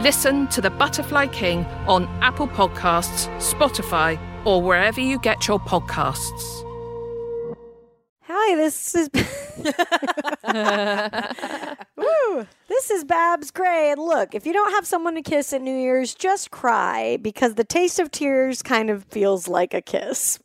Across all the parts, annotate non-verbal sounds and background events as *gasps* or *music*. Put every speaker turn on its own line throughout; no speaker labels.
Listen to The Butterfly King on Apple Podcasts, Spotify, or wherever you get your podcasts.
Hi, this is *laughs* Woo. This is Babs Gray. And look, if you don't have someone to kiss at New Year's, just cry because the taste of tears kind of feels like a
*laughs*
kiss.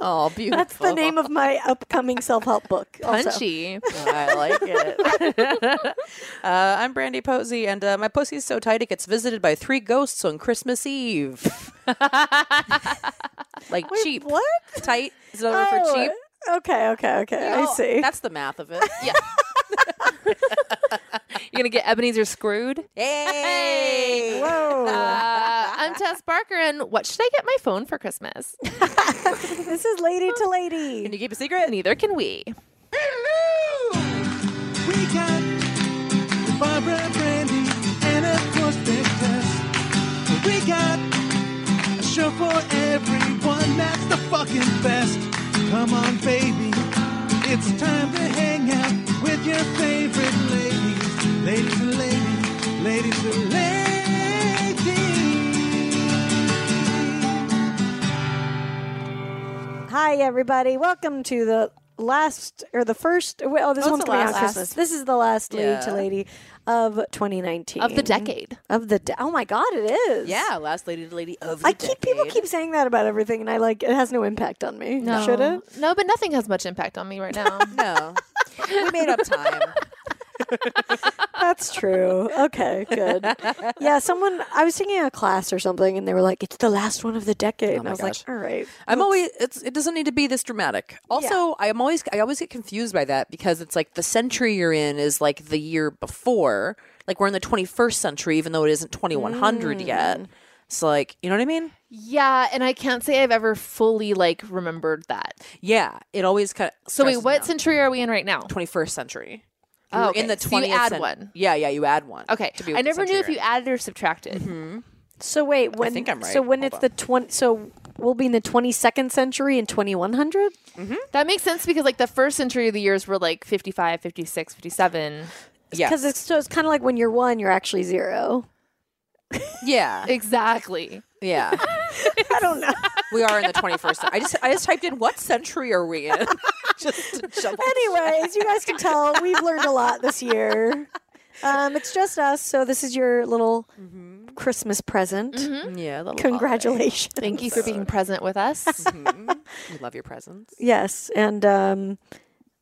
Oh, beautiful.
That's the name of my upcoming self-help book. also.
*laughs*
Punchy. I like it. *laughs* uh, I'm Brandy Posey, and uh, my pussy's so tight it gets visited by three ghosts on Christmas Eve. *laughs* like cheap.
What?
Tight is another word for cheap.
Oh, Okay, okay, okay. I
Oh,
see.
That's the math of it. Yeah. *laughs*
You're gonna get Ebenezer screwed.
Yay!
Whoa.
*laughs*
Uh, I'm Tess Barker, and what should I get my phone for Christmas?
this is lady to
*laughs* Can
lady.
you keep a secret?
Neither can we.
We got Barbara, Brandy, and of course there's Tess. We got a show for everyone that's the fucking best. Come on, baby, it's time to hang out with your favorite ladies, ladies and ladies, ladies and ladies.
Hi, everybody. Welcome to the last or the first. Well, this
Oh, it's
one's
the
coming out
last.
Christmas. This is the last
Yeah.
lady to lady of 2019
Of the decade.
Of the de- oh my god, it is.
Yeah, last lady to lady of the
I keep people
decade.
keep saying that about everything, and I like it has no impact on me. Should it?
No, but nothing has much impact on me right now.
No. *laughs* we made up time.
That's true. Okay,
*laughs*
good. Yeah, someone I was taking a class or something, and they were like, "It's the last one of the decade," and I was
Oh gosh.
like, "All right."
I'm always it's it doesn't need to be this dramatic. Also, I'm always I always get confused by that because it's like the century you're in is like the year before. Like we're in the 21st century even though it isn't 2100 yet. So like, you know what I mean?
*laughs* yeah, and I can't say I've ever fully like remembered that.
Yeah, it always kind of
So wait, what century are we in right now?
21st century.
Oh,
You're
okay.
in the 20th
So you add
cen-
one.
Yeah, yeah, you add one.
Okay,
to be
I
with the
never knew
century
if you
you're in.
added or subtracted.
So wait, when
think I'm right.
so when
Hold
it's
on.
the twenty, so we'll be in the twenty second century in twenty one hundred.
That makes sense because like the first century of the years were like 55, 56, 57.
Yes.
Because it's so it's kind of like when you're one, you're actually zero.
Yeah.
*laughs* Exactly.
Yeah.
I don't know.
we are in the 21st. cen- I just I just typed in what century are we in? *laughs* just to double
Anyways, you guys can tell we've learned a lot this year. Um, it's just us, so this is your little
Mm-hmm.
Christmas present.
Yeah, the little
Congratulations.
Thank you for being present with *laughs* us.
holiday. We love your presence.
Yes, and um,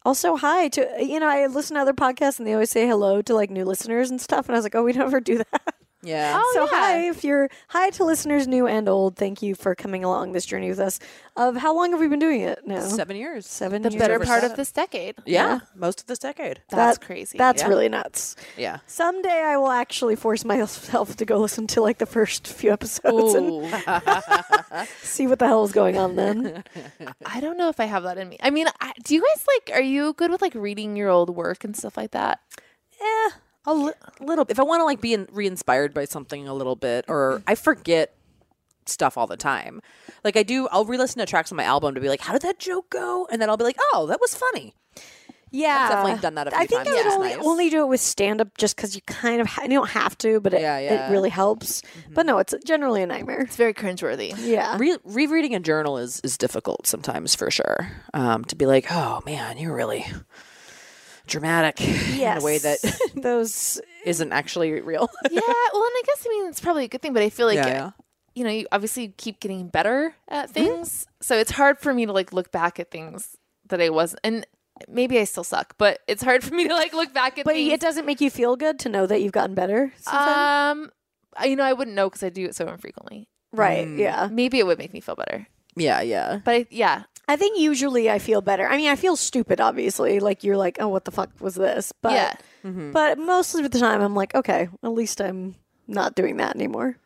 also hi to you know I listen to other podcasts and they always say hello to like new listeners and stuff, and I was like, oh, we never do that.
Yeah.
*laughs* Oh,
so
yeah.
hi if you're hi to listeners new and old. Thank you for coming along this journey with us. Of how long have we been doing it now?
Seven years.
Seven
the
years.
better
over
part of
seven.
this decade.
Yeah, most of this decade.
That's
That-
crazy.
That's
Yeah.
really nuts.
Yeah.
Someday I will actually force myself to go listen to like the first few episodes and
Ooh.
see what the hell is going on then.
I don't know if I have that in me. I mean, I, do you guys like? Are you good with like reading your old work and stuff like that?
eh,
A li- little. If I want to like be in- re-inspired by something a little bit, or I forget stuff all the time. Like I do, I'll re-listen to tracks on my album to be like, how did that joke go? And then I'll be like, oh, that was funny.
Yeah,
definitely done that a
I
few
think
times.
I would
It's
only,
nice.
only do it with stand up just because you kind of ha- you don't have to, but it,
Yeah, yeah.
it really helps. But no, it's generally a nightmare.
It's very cringeworthy.
Yeah,
Re- rereading a journal is is difficult sometimes for sure. Um, to be like, oh man, you're really dramatic in a way that
Yes. those
*laughs* isn't actually real. *laughs*
yeah. Mm-hmm. Well, and I guess I mean it's probably a good thing, but I feel like
Yeah,
you know, you obviously you keep getting better at things. So it's hard for me to like look back at things that I wasn't and maybe I still suck, but it's hard for me to like look back at
But
things.
it doesn't make you feel good to know that you've gotten better. sometime?
um I- you know, I wouldn't know because I do it so infrequently.
right. Yeah.
Maybe it would make me feel better.
Yeah, yeah.
But I, yeah,
I think usually I feel better. I mean, I feel stupid, obviously. Like you're like, oh, what the fuck was this? But
Yeah.
Mm-hmm.
but most of the time, I'm like, okay, at least I'm not doing that anymore.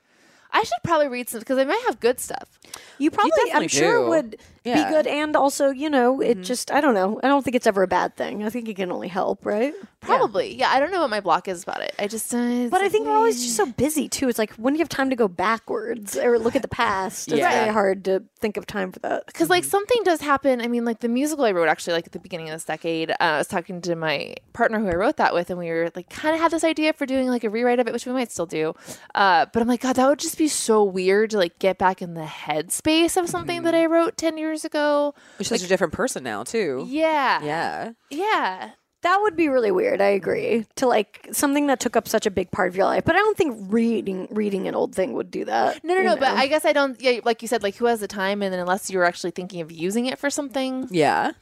I should probably read some because I might have good stuff.
You probably, I'm
definitely
sure,
do.
would
Yeah. Mm-hmm.
be good. And also, you know, it just, I don't know. I don't think it's ever a bad thing. I think it can only help, right?
Probably. Yeah, I don't know what my block is about it. I just. Uh, it's
But I
like,
think we're always just so busy too. It's like when do you have time to go backwards or look at the past? It's
Yeah.
very hard to think of time for that.
because like something does happen i mean like the musical i wrote actually like at the beginning of this decade uh, i was talking to my partner who i wrote that with and we were like kind of had this idea for doing like a rewrite of it which we might still do uh, but i'm like god that would just be so weird to like get back in the headspace of something that
Mm-hmm.
i wrote 10 years ago
She's such a different person now, too.
yeah
Yeah.
yeah
That would be really weird. I agree. To like something that took up such a big part of your life, but I don't think reading reading an old thing would do that.
no no
you
no but
know?
i guess i don't yeah like you said like who has the time and then unless you're actually thinking of using it for something
Yeah.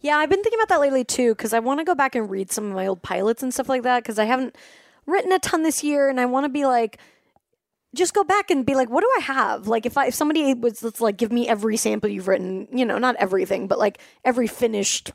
yeah, I've been thinking about that lately too because I want to go back and read some of my old pilots and stuff like that because I haven't written a ton this year, and I want to be like. Just go back and be like, what do I have? Like, if I if somebody was let's like give me every sample you've written, you know, not everything, but like every finished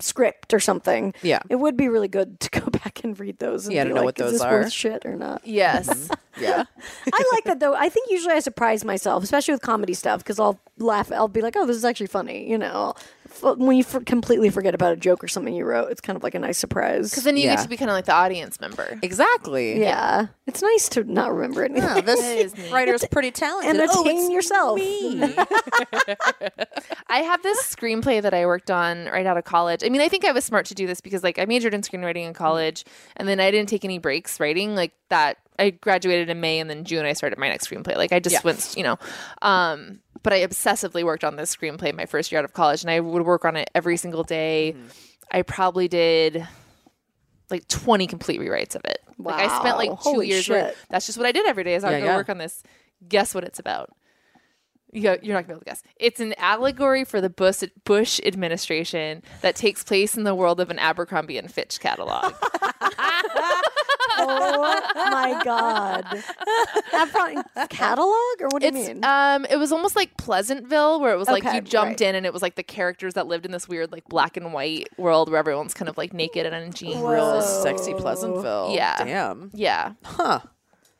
script or something.
Mm-hmm. Yeah.
it would be really good to go *laughs* back and read those. And
Yeah, I
be
don't know
like,
what
is
those
this
are.
Worth shit or not?
*laughs* yes
Yeah.
I like that though. I think usually I surprise myself, especially with comedy stuff, because I'll laugh. I'll be like, "Oh, this is actually funny," you know. F- when you for- completely forget about a joke or something you wrote, it's kind of like a nice surprise.
because then you
Yeah.
get to be kind of like the audience member
exactly.
Yeah, it's nice to not remember anything
Yeah, this
That is neat.
writer's pretty talented.
and
oh,
entertain
it's
yourself. *laughs*
me.
I have this screenplay that I worked on right out of college. I mean, I think I was smart to do this because like I majored in screenwriting in
Mm-hmm.
college and then I didn't take any breaks writing like that. I graduated in May and then June I started my next screenplay. Like I just went, you know, um, but I obsessively worked on this screenplay my first year out of college and I would work on it every single day.
Mm-hmm.
I probably did like 20 complete rewrites of it. Like I spent like
Wow.
two
Holy
years. where-
shit.
that's just what I did every day is I
Yeah,
would go
yeah.
work on this. Guess what it's about. Yeah, you're not gonna be able to guess. It's an allegory for the Bush, Bush administration that takes place in the world of an Abercrombie and
*laughs*
Fitch catalog.
*laughs* oh my god! uh, That front catalog or what do you
it's
mean?
um, it was almost like Pleasantville, where it was like
Okay,
you jumped
right.
in and it was like the characters that lived in this weird like black and white world where everyone's kind of like naked and in jeans.
Real sexy Pleasantville.
Yeah.
Damn.
Yeah,
Huh.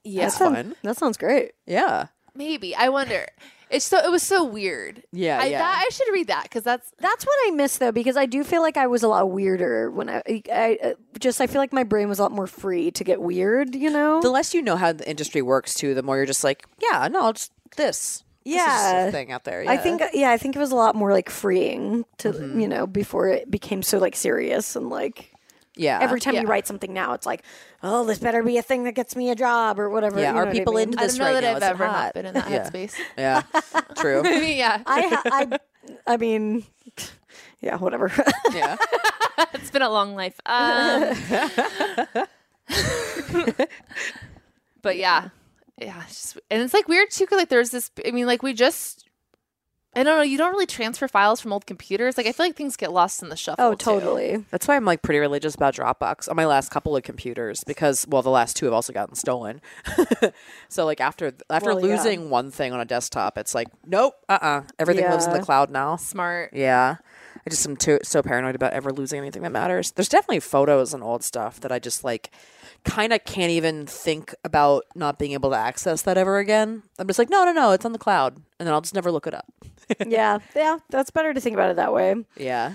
yeah,
That's fun.
that sounds great.
Yeah.
maybe. I wonder. It's so it was so weird.
Yeah,
I,
yeah.
That, I should read that because that's
That's what I miss though, because I do feel like I was a lot weirder when I, I, I just I feel like my brain was a lot more free to get weird, you know.
The less you know how the industry works, too, the more you're just like, yeah, no, it's this. This is
Yeah.
just a thing out there.
I
Yeah. Mm-hmm.
think yeah, I think it was a lot more like freeing to you know before it became so like serious and like
Uh, Yeah.
every time you write something now, it's like oh this better be a thing that gets me a job or whatever.
Yeah,
you know
are
what I
people
mean?
into
I
this
don't know
right
that
now?
I've
Is it
ever
hot?
not been in that
Yeah. *laughs*
headspace. *laughs*
*laughs*
Yeah. True.
yeah,
I
*laughs*
ha- I I mean *laughs* yeah whatever. *laughs*
Yeah.
it's been a
*laughs*
long life. Um, but yeah, yeah, it's just, and it's like weird too because like there's this. I mean, like we just. I don't know. You don't really transfer files from old computers. Like I feel like things get lost in the shuffle.
oh
*laughs*
too.
totally.
That's why I'm like pretty religious about Dropbox on my last couple of computers because well the last two have also gotten stolen. *laughs* so like after after
Well, yeah.
losing one thing on a desktop, it's like nope, uh uh everything lives in the
Yeah.
cloud now.
Smart.
Yeah. I just am too so paranoid about ever losing anything that matters. There's definitely photos and old stuff that I just like kind of can't even think about not being able to access that ever again. I'm just like no no no, it's on the cloud and then I'll just never look it up.
yeah yeah that's better to think about it that way.
Yeah.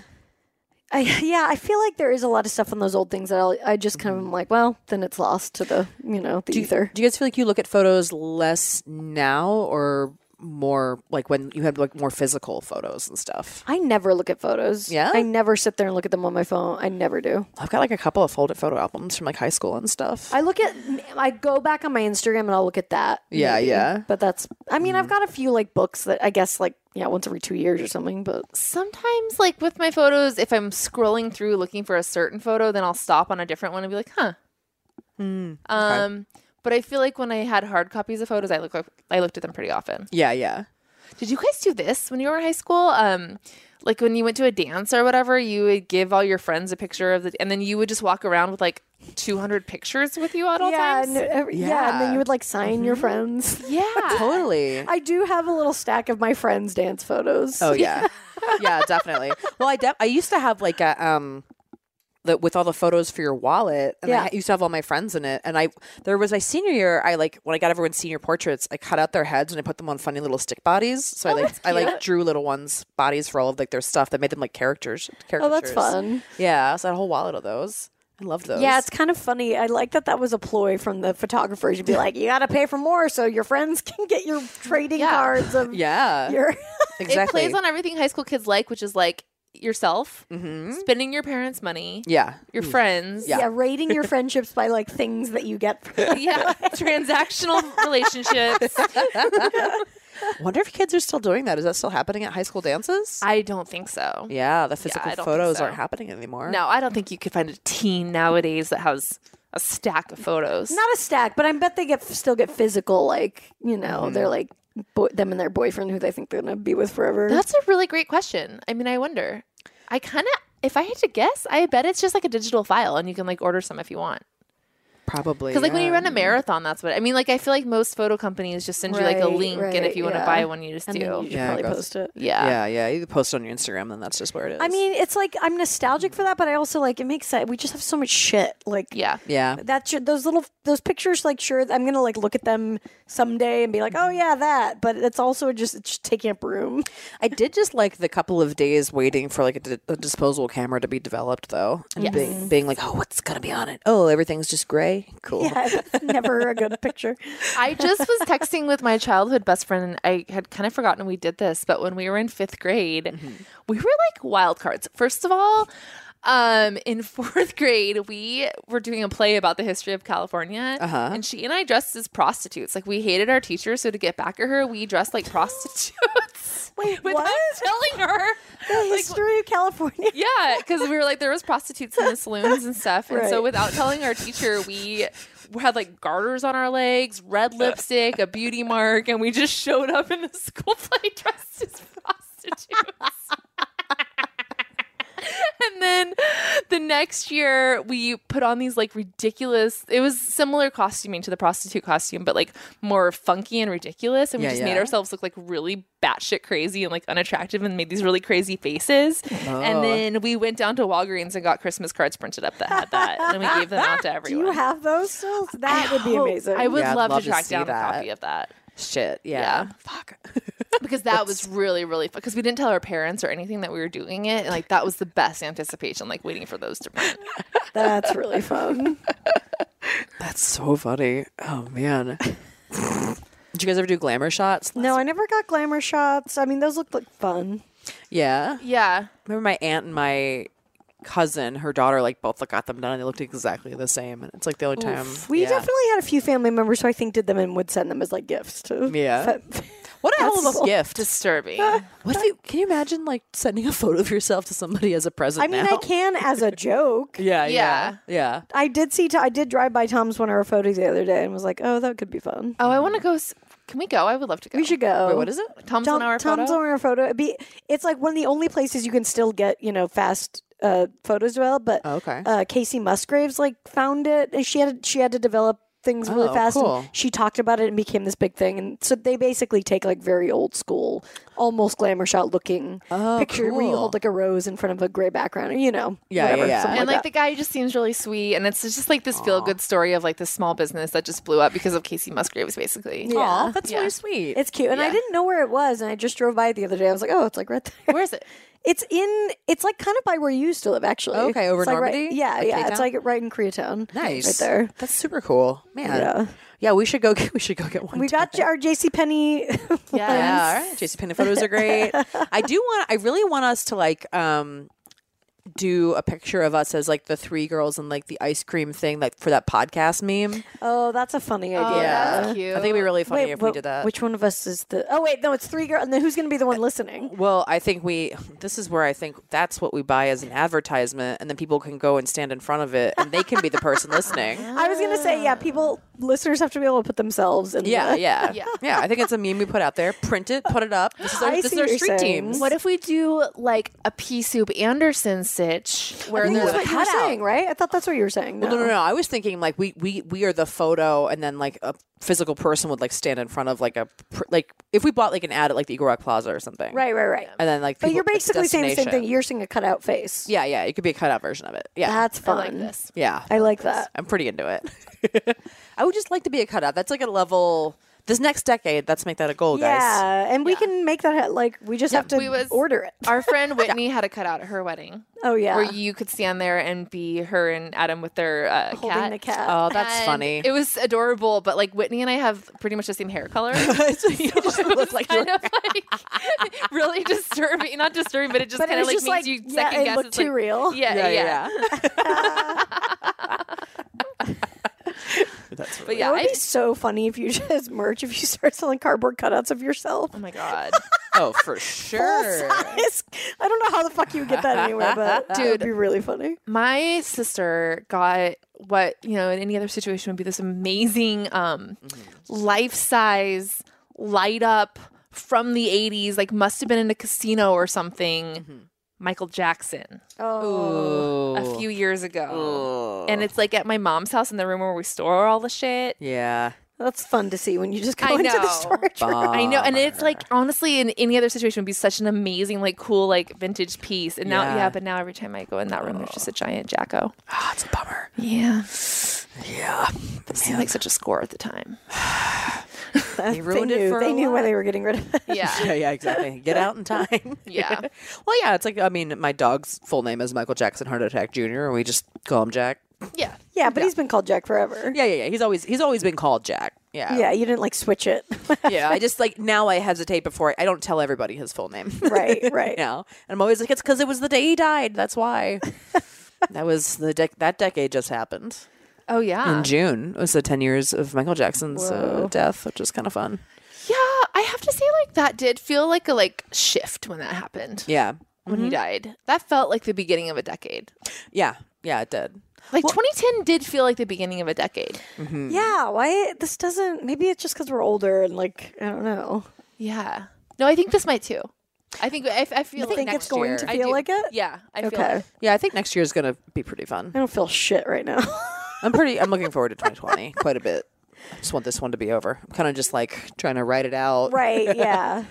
I, yeah, I feel like there is a lot of stuff on those old things that I'll, I just kind of am like, well, then it's lost to the you know the
Mm-hmm. Do you,
ether.
do you guys feel like you look at photos less now or more like when you had like more physical photos and stuff?
I never look at photos.
Yeah?
I never sit there and look at them on my phone. I never do.
I've got like a couple of folded photo albums from like high school and stuff.
I look at, I go back on my Instagram and I'll look at that.
Yeah, yeah. Mm.
But that's, I mean, I've got a few like books that I guess like yeah, once every two years or something. But
Sometimes, like with my photos, if I'm scrolling
Hmm,
through looking for a certain photo, then I'll stop on a different one and be like, huh. Um, But I feel like when I had hard copies of photos, I look I looked at them pretty often.
Yeah, yeah.
Did you guys do this when you were in high school? Um, like when you went to a dance or whatever, you would give all your friends a picture of the, and then you would just walk around with like 200 pictures with you at all
yeah,
times.
and, every- yeah. and then you would like sign your
Mm-hmm.
friends. *laughs*
yeah.
Totally.
I do have a little stack of my friends' dance *laughs* photos.
Oh yeah, yeah, definitely. Well, I de- I used to have like a um, the with all the photos for your wallet, and
Yeah.
I ha- used to have all my friends in it. And I there was my senior year. I like when I got everyone's senior portraits, I cut out their heads and I put them on funny little stick bodies. So I like I like drew little ones bodies for all of like their stuff that made them like characters.
Oh,
Caricatures.
that's fun.
Yeah, so I had a whole wallet of those. I loved those.
Yeah, it's kind of funny. I like that that was a ploy from the photographers. You'd be like, you got to pay for more so your friends *laughs* can get your trading
Yeah.
cards of
yeah,
your. *laughs*
exactly.
It plays on everything high school kids like, which is like yourself,
Mhm.
spending your parents' money,
Yeah, Mm.
your friends.
Yeah. rating your friendships by like things that you get. From
*laughs* Yeah.
*laughs*
Transactional relationships.
wonder if kids are still doing that. Is that still happening at high school dances?
I don't think so.
yeah, the
I
physical
don't think
photos
so.
aren't happening anymore.
No, I don't think you could find a teen nowadays that has a stack of photos.
Not a stack, but I bet they get still get physical. Like you know,
Mm-hmm.
they're like bo- them and their boyfriend who they think they're gonna be with forever.
That's a really great question. I mean, I wonder. I kind of, if I had to guess, I bet it's just like a digital file and you can like order some if you want.
probably
Because like when you
yeah.
run a marathon, that's what I mean. Like I feel like most photo companies just send you like a
Right,
link, and
right,
if you want to
yeah.
buy one, you just
and
do.
then you should
Yeah,
probably
go-
post it.
yeah.
Yeah, yeah. You post on your Instagram, then that's just where it is.
I mean, it's like I'm nostalgic for that, but I also like it makes sense. We just have so much shit. Like
yeah,
yeah,
that should those little those pictures like sure i'm gonna like look at them someday and be like
Mm-hmm.
oh yeah that but it's also just it's just taking up room
I did just like the couple of days waiting for like a, di- a disposable camera to be developed, though, and
Yes.
being, being like, oh, what's gonna be on it? Oh, everything's just gray. Cool.
yeah
*laughs*
it's never a good picture
I just was texting with my childhood best friend, and I had kind of forgotten we did this, but when we were in fifth grade, we were like wild cards. First of all, um, in *laughs* fourth grade, we were doing a play about the history of California,
Uh-huh.
and she and I dressed as prostitutes. Like we hated our teacher, so to get back at her, we dressed like *laughs* prostitutes.
Wait,
without
what?
telling her.
the history of california
Yeah, because we were like there was prostitutes in the saloons and stuff, and so
Right.
without telling our teacher, we had like garters on our legs, red lipstick, a beauty mark, and we just showed up in the school play dressed as prostitutes. *laughs* and then the next year we put on these like ridiculous it was similar costuming to the prostitute costume but like more funky and ridiculous and we
Yeah,
just
yeah.
made ourselves look like really batshit crazy and like unattractive and made these really crazy faces and then we went down to walgreens and got christmas cards printed up that had that and we gave them *laughs* out to
do
everyone
you have those still that would be
Oh,
amazing
i would
Yeah, I'd
love,
love
to
to
track
see
down
that.
a copy of that
Shit. Yeah.
Yeah.
Fuck.
*laughs* because that was really really fun because we didn't tell our parents or anything that we were doing it and like that was the best anticipation like waiting for those to print
that's really fun
That's so funny. Oh *laughs* man. Did you guys ever do glamour shots?
no i never got glamour shots i mean those looked like fun
Yeah.
*laughs* yeah
Remember my aunt and my cousin, her daughter, like both got them done, and they looked exactly the same. And it's like the only time
we
yeah.
definitely had a few family members who i think did them and would send them as like gifts to
Yeah. What a hell of a
That's-
gift!
disturbing
What if you can you imagine like sending a photo of yourself to somebody as a present?
*laughs* i mean
now?
i Uh, can as a joke
*laughs* Yeah,
Yeah.
yeah, yeah.
I did see. I did drive by Tom's one hour photo the other day and was like, "Oh, that could be fun.
Oh, I want to go. s- Can we go? I would love to go.
We should go."
Wait, what is it?
Tom's
Tom,
one hour
Tom's
photo.
one hour photo. It'd be, it's like one of the only places you can still get you know fast uh, photos developed. But
Oh, okay.
uh, Casey Musgraves like found it and she had she had to develop things really
Oh,
fast. and
cool.
she talked about it and became this big thing. And so they basically take like very old school, almost glamour shot looking
Oh,
picture where you
cool.
hold like a rose in front of a gray background. and, You know,
Yeah, yeah,
whatever,
yeah.
something
and like
that.
the guy just seems really sweet, and it's just like this feel good story of like this small business that just blew up because of Casey Musgraves, basically.
Yeah.
Aw, Oh, that's
Yeah.
really sweet.
It's cute. And I
Yeah.
didn't know where it was. And I just drove by it the other day. I was like, oh, it's like right
*laughs*
there.
Where is it?
It's in, it's like kind of by where you used to live, actually.
Oh, Okay, over
It's like right-
Normandy?
yeah,
Like
yeah.
K-Town?
It's like right in Koreatown.
nice,
Right there.
That's super cool, man.
Yeah.
Yeah, we should go. Get, we should go get one.
We got
time.
our JC Penney. *laughs*
Yeah, all right. JC Penney photos are great. I do want. I really want us to like um do a picture of us as like the three girls and like the ice cream thing, like for that podcast meme.
oh, that's a funny idea.
*laughs* Oh, that's
I
cute.
think it'd be really funny
Wait,
if we
what-
did that.
Which one of us is the? Oh wait, no, it's three girls. And then who's going to be the one listening?
Well, I think we. This is where I think that's what we buy as an
*laughs*
advertisement, and then people can go and stand in front of it, and they can be the person listening.
I was going to say, yeah, people listeners have to be able to put themselves in.
Ah. Yeah,
the-
yeah,
Yeah.
yeah, I think it's a meme we put out there. Print it, put it up. This is our,
I
this
see
is our
what you're saying.
street teams.
What if we do like a pea soup Anderson sitch
I
where
think
there's
that's
a
what you were
cutout.
saying, right? I thought that's what you were saying.
Well, no, no, no. I was thinking like we we we are the photo, and then like a physical person would like stand in front of like a pr- like if we bought like an ad at like the Eagle Rock Plaza or something,
Right, right, right.
And then like,
But
people-
you're
it's a
basically saying the same
destination.
thing. You're seeing a cutout face.
yeah, yeah. It could be a cutout version of it. Yeah,
That's
I
fun.
like this.
yeah.
I like that.
I'm pretty into it. *laughs* I would just like to be a cutout. That's like a level. This next decade, let's make that a goal, guys.
Yeah, and we can make that ha- like we just have to
we was-
order it.
Our friend Whitney had a cutout at her wedding
*laughs* Oh yeah,
where you could stand there and be her and Adam with their uh,
holding
cat.
the cat.
Oh, that's
And
funny. *laughs*
It was adorable, but like Whitney and I have pretty much the same hair *laughs* color.
so you just look like you're
kind of like *laughs* really disturbing. Not disturbing, but it just
but it
kind of
was
like means
just like
you
yeah,
second
it
guess.
looked
It's
too
like,
real.
*laughs* Yeah, yeah,
That's
But
really,
*laughs*
yeah,
it would
I,
be so funny if you *laughs* just merch if you start selling cardboard cutouts of yourself. *laughs*
oh my god,
oh, for sure.
Size. I don't know how the fuck you would get that anywhere, but dude, would
Dude.
be really funny.
my sister got what you know in any other situation would be this amazing um, life size light up from the '80s, like must have been in a casino or something. Michael Jackson.
Oh,
a few years ago. And it's like at my mom's house in the room where we store all the shit.
Yeah.
that's fun to see when you just go
I
into the
know.
storage room.
Bummer.
I know. And it's like honestly in any other situation would be such an amazing, like cool, like vintage piece. And now
Yeah.
yeah, but now every time I go in that room there's just a giant Jacko.
Ah, it's a bummer.
Yeah.
Yeah. *laughs*
It seemed like such a score at the time.
*laughs* they
ruined it
knew,
for
They
a
knew why
lot.
they were getting rid of it. *laughs*
Yeah,
*laughs* Yeah.
yeah, exactly. Get out in time. *laughs*
Yeah.
well, yeah, it's like, I mean, my dog's full name is Michael Jackson Heart Attack Jr., and we just call him Jack.
Yeah.
Yeah, but he's been called Jack forever.
Yeah, yeah, yeah. He's always he's always been called Jack. Yeah.
Yeah, you didn't like switch it. *laughs*
yeah. I just like now I hesitate before I, I don't tell everybody his full name.
Right, right.
now. And I'm always like, it's because it was the day he died.
*laughs*
That's why. that was the dec- that decade just happened
Oh yeah.
Ah.
in June. It was the 10 years of Michael Jackson's uh, death, which is kind of fun.
Yeah. I have to say like that did feel like a like shift when that happened.
Yeah.
When he died. That felt like the beginning of a decade.
Yeah. Yeah, it did.
Like 2010 did feel like the beginning of a decade.
Yeah, why this doesn't? Maybe it's just because we're older and like I don't know.
Yeah. No, I think this might too. I think I, I feel
You
like
think
next
it's going
year-
to
I
feel
do.
like it?
Yeah, I feel
Okay.
like
Yeah, I think next year is going to be pretty fun.
I don't feel shit right now. *laughs*
I'm pretty. I'm looking forward to 2020 quite a bit. I just want this one to be over. I'm kind of just like trying to write it out.
right? Yeah.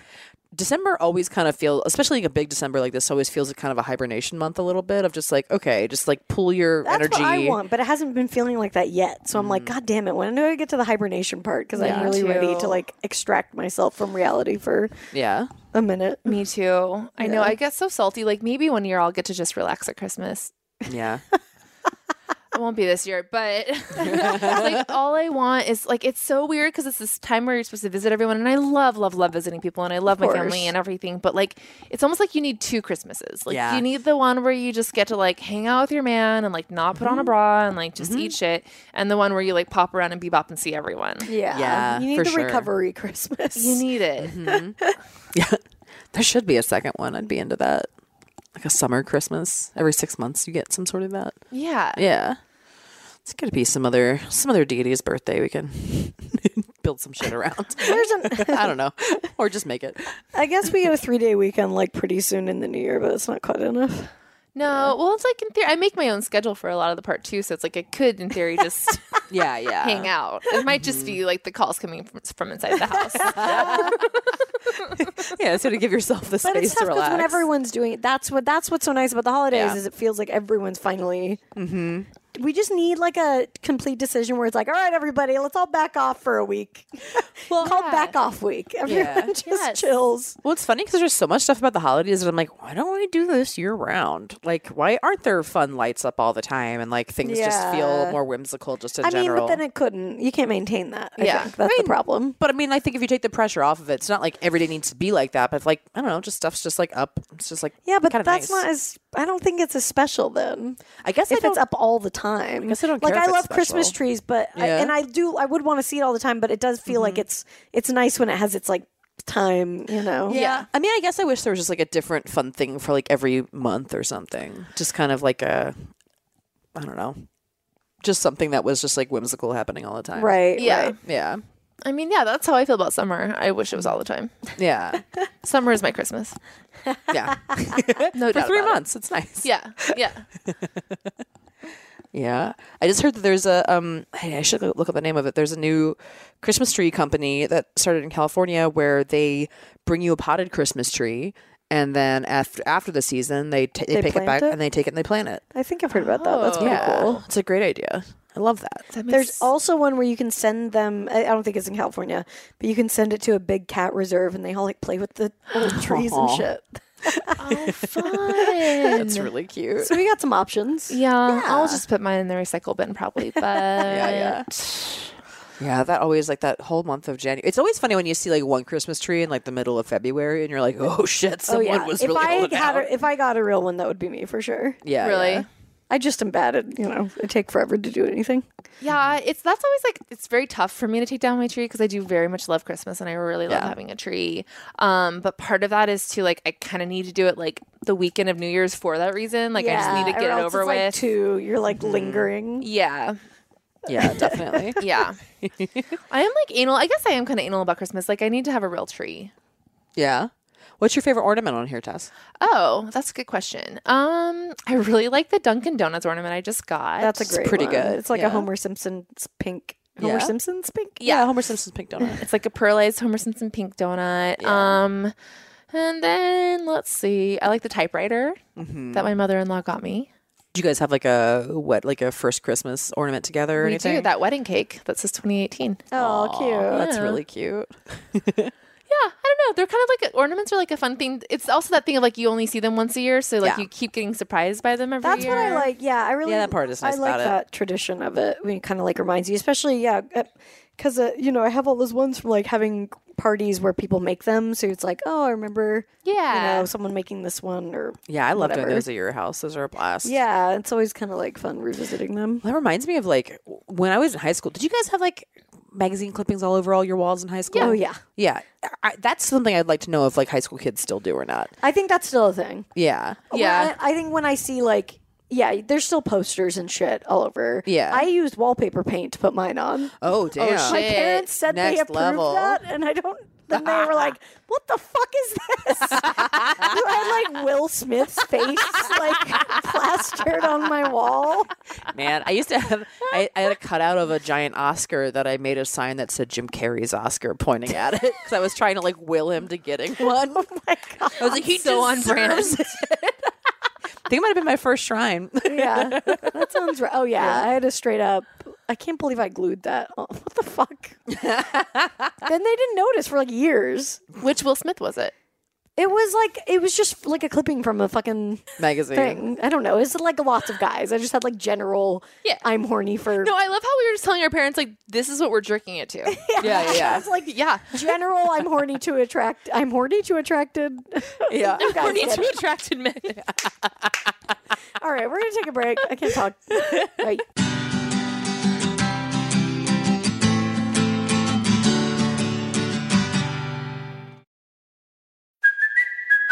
December always kind of feels, especially like a big December like this, always feels like kind of a hibernation month a little bit of just like okay, just like pull your
That's
energy. Mm.
what I want, but it hasn't been feeling like that yet. So I'm like, God damn it! When do I get to the hibernation part? Because I'm
Me
really ready
too.
to like extract myself from reality for
Yeah.
a minute.
me too. I know. I get so salty. Like maybe one year I'll get to just relax at Christmas.
Yeah.
It won't be this year, but *laughs* like all I want is like it's so weird because it's this time where you're supposed to visit everyone, and I love, love, love visiting people, and I love my
course.
family and everything. But like, it's almost like you need two Christmases. Like
Yeah.
you need the one where you just get to like hang out with your man and like not put on a bra and like just eat shit, and the one where you like pop around and bebop and see everyone.
Yeah.
Yeah,
You need
for
the
sure.
recovery *laughs* Christmas.
You need it.
Yeah. *laughs* There should be a second one. I'd be into that. Like a summer Christmas. Every six months you get some sort of that.
Yeah.
Yeah. It's gonna be some other some other deity's birthday we can *laughs* build some shit around.
*laughs* There's an.
*laughs* I don't know. Or just make it.
I guess we get a three day weekend like pretty soon in the new year, but it's not quite enough.
No, well, it's like in theory, I make my own schedule for a lot of the part two, so it's like I could, in theory, just
*laughs*
Yeah, yeah.
hang out. It might just be like the calls coming from, from inside
*laughs*
the house.
Yeah, so to give yourself the
But
space
it's tough
to
because
relax.
when everyone's doing it, that's what that's what's so nice about the holidays
Yeah. Mm-hmm.
is it feels like everyone's finally. We just need like a complete decision where it's like, all right, everybody, let's all back off for a
*laughs*
week. Well, called
yeah.
back off week. Everyone just
Yes.
chills.
Well, it's funny because there's so much stuff about the holidays that I'm like, why don't we do this year round? Like, why aren't there fun lights up all the time and like things just feel
Yeah.
more whimsical just in
I mean,
general?
but then it couldn't. You can't maintain that. I
Yeah.
think. that's the problem.
But I mean, I think if you take the pressure off of it, it's not like every day needs to be like that. But if, like, I don't know, just stuff's just like up. It's just like
Yeah, but
kinda
that's
nice.
not as. I don't think it's as special then.
I guess I
if it's
don't-
up all the time. I
guess I don't
like.
care
I
if it's
love Christmas
special.
trees, but I,
Yeah.
and I do. I would want to see it all the time, but it does feel like
Mm-hmm.
it's it's nice when it has its like time. You know.
Yeah. I mean, I guess I wish there was just like a different fun thing for like every month or something. Just kind of like a, I don't know, just something that was just like whimsical happening all the time.
Right.
Yeah.
right.
Yeah.
I mean, yeah, that's how I feel about summer. I wish it was all the time.
Yeah.
Summer is my Christmas.
*laughs*
Yeah.
No
For
doubt
three
about it.
months. It's nice.
Yeah, yeah.
Yeah. I just heard that there's a um hey, I should look up the name of it. There's a new Christmas tree company that started in California where they bring you a potted Christmas tree and then after after the season they t- they,
They
pick it
plant
back
it?
and they take it and they plant it.
I think I've heard about that. That's pretty
Oh. yeah.
cool.
It's a great idea. I love that.
That makes-
There's also one where you can send them. I I don't think it's in California, but you can send it to a big cat reserve, and they all like play with the
*laughs*
old trees and
Aw.
shit.
oh, *laughs* fun.
That's really cute.
So we got some options.
Yeah, I'll just put mine in the recycle bin
*laughs*
probably. But
yeah. Yeah, that always like that whole month of January. It's always funny when you see like one Christmas tree in like the middle of February, and you're like, "Oh *laughs* shit, someone was
if
really
I
holding
had
out."
a, if I got a real one, that would be me for sure.
yeah,
really,
yeah.
yeah.
I just am bad at you know. I take forever to do anything.
It's that's always like it's very tough for me to take down my tree because I do very much love Christmas and I really love
Yeah.
having a tree. Um, but part of that is to like I kind of need to do it like the weekend of New Year's for that reason. Like I just need to
or
get it
else
over
it's,
with.
Like two, you're like
Mm-hmm.
lingering.
yeah,
*laughs*
yeah, definitely.
yeah. *laughs* I am like anal. I guess I am kind of anal about Christmas. Like I need to have a real tree.
yeah. What's your favorite ornament on here, Tess?
Oh, that's a good question. Um, I really like the Dunkin' Donuts ornament I just got.
That's a
It's
great.
pretty
one.
good,
It's like
yeah.
a Homer Simpson's pink. Homer
Yeah.
Simpson's pink.
Yeah.
Homer Simpson's pink donut.
It's like a pearlized Homer Simpson pink donut. Um, and then let's see. I like the typewriter that my mother-in-law got me.
Do you guys have like a what, like a first Christmas ornament together or
We
anything?
do that wedding cake that says 2018.
Oh,
Aw,
cute.
That's
Yeah.
really cute.
Yeah, I don't know. They're kind of like ornaments are like a fun thing. It's also that thing of like you only see them once a year, so like
Yeah.
you keep getting surprised by them every
That's
year.
what I like. Yeah, I really.
Yeah, that part is nice
I like
about it.
that tradition of it. When it kind of like reminds you, especially yeah, because uh, you know I have all those ones from like having parties where people make them. So it's like, oh, I remember.
Yeah.
You know, someone making this one or
Yeah, I love doing
Whatever.
those at your house. Those are a blast.
yeah, it's always kind of like fun revisiting them.
That reminds me of like when I was in high school. Did you guys have like magazine clippings all over all your walls in high school?
Oh yeah,
Yeah, I, that's something I'd like to know if like high school kids still do or not.
I think that's still a thing.
Yeah,
When
Yeah.
I, I think when I see like. Yeah, there's still posters and shit all over.
Yeah.
I used wallpaper paint to put mine on.
Oh damn!
My
shit.
parents said they
Next
approved
level.
that, and I don't. Then they were
*laughs*
like, "What the fuck is this?" *laughs* I had like Will Smith's face like *laughs* plastered on my wall. *laughs*
Man, I used to have I, I had a cutout of a giant Oscar that I made a sign that said Jim Carrey's Oscar pointing at it *laughs* because I was trying to like will him to getting one.
Oh my god!
*laughs* I was like, he
So on brand.
deserves it. I *laughs* think it might have been my first shrine.
Yeah, that sounds right. Oh yeah, I had a straight up. I can't believe I glued that. *laughs* Oh, what the
*laughs*
fuck? then they didn't notice for like years.
Which Will Smith was it?
It was like it was just like a clipping from a fucking
*laughs* Magazine.
thing. I don't know. It's like lots of guys. I just had like general.
Yeah.
I'm horny for.
No, I love how we were just telling our parents like this is what we're jerking
*laughs*
it to.
Yeah, yeah,
*laughs*
yeah.
It's like
yeah.
general i'm horny to attract i'm horny to
*laughs*
attracted
Yeah.
You guys
Horny
get
to
it.
*laughs*
attracted men.
all right we're gonna take a break i can't
*laughs*
talk Right.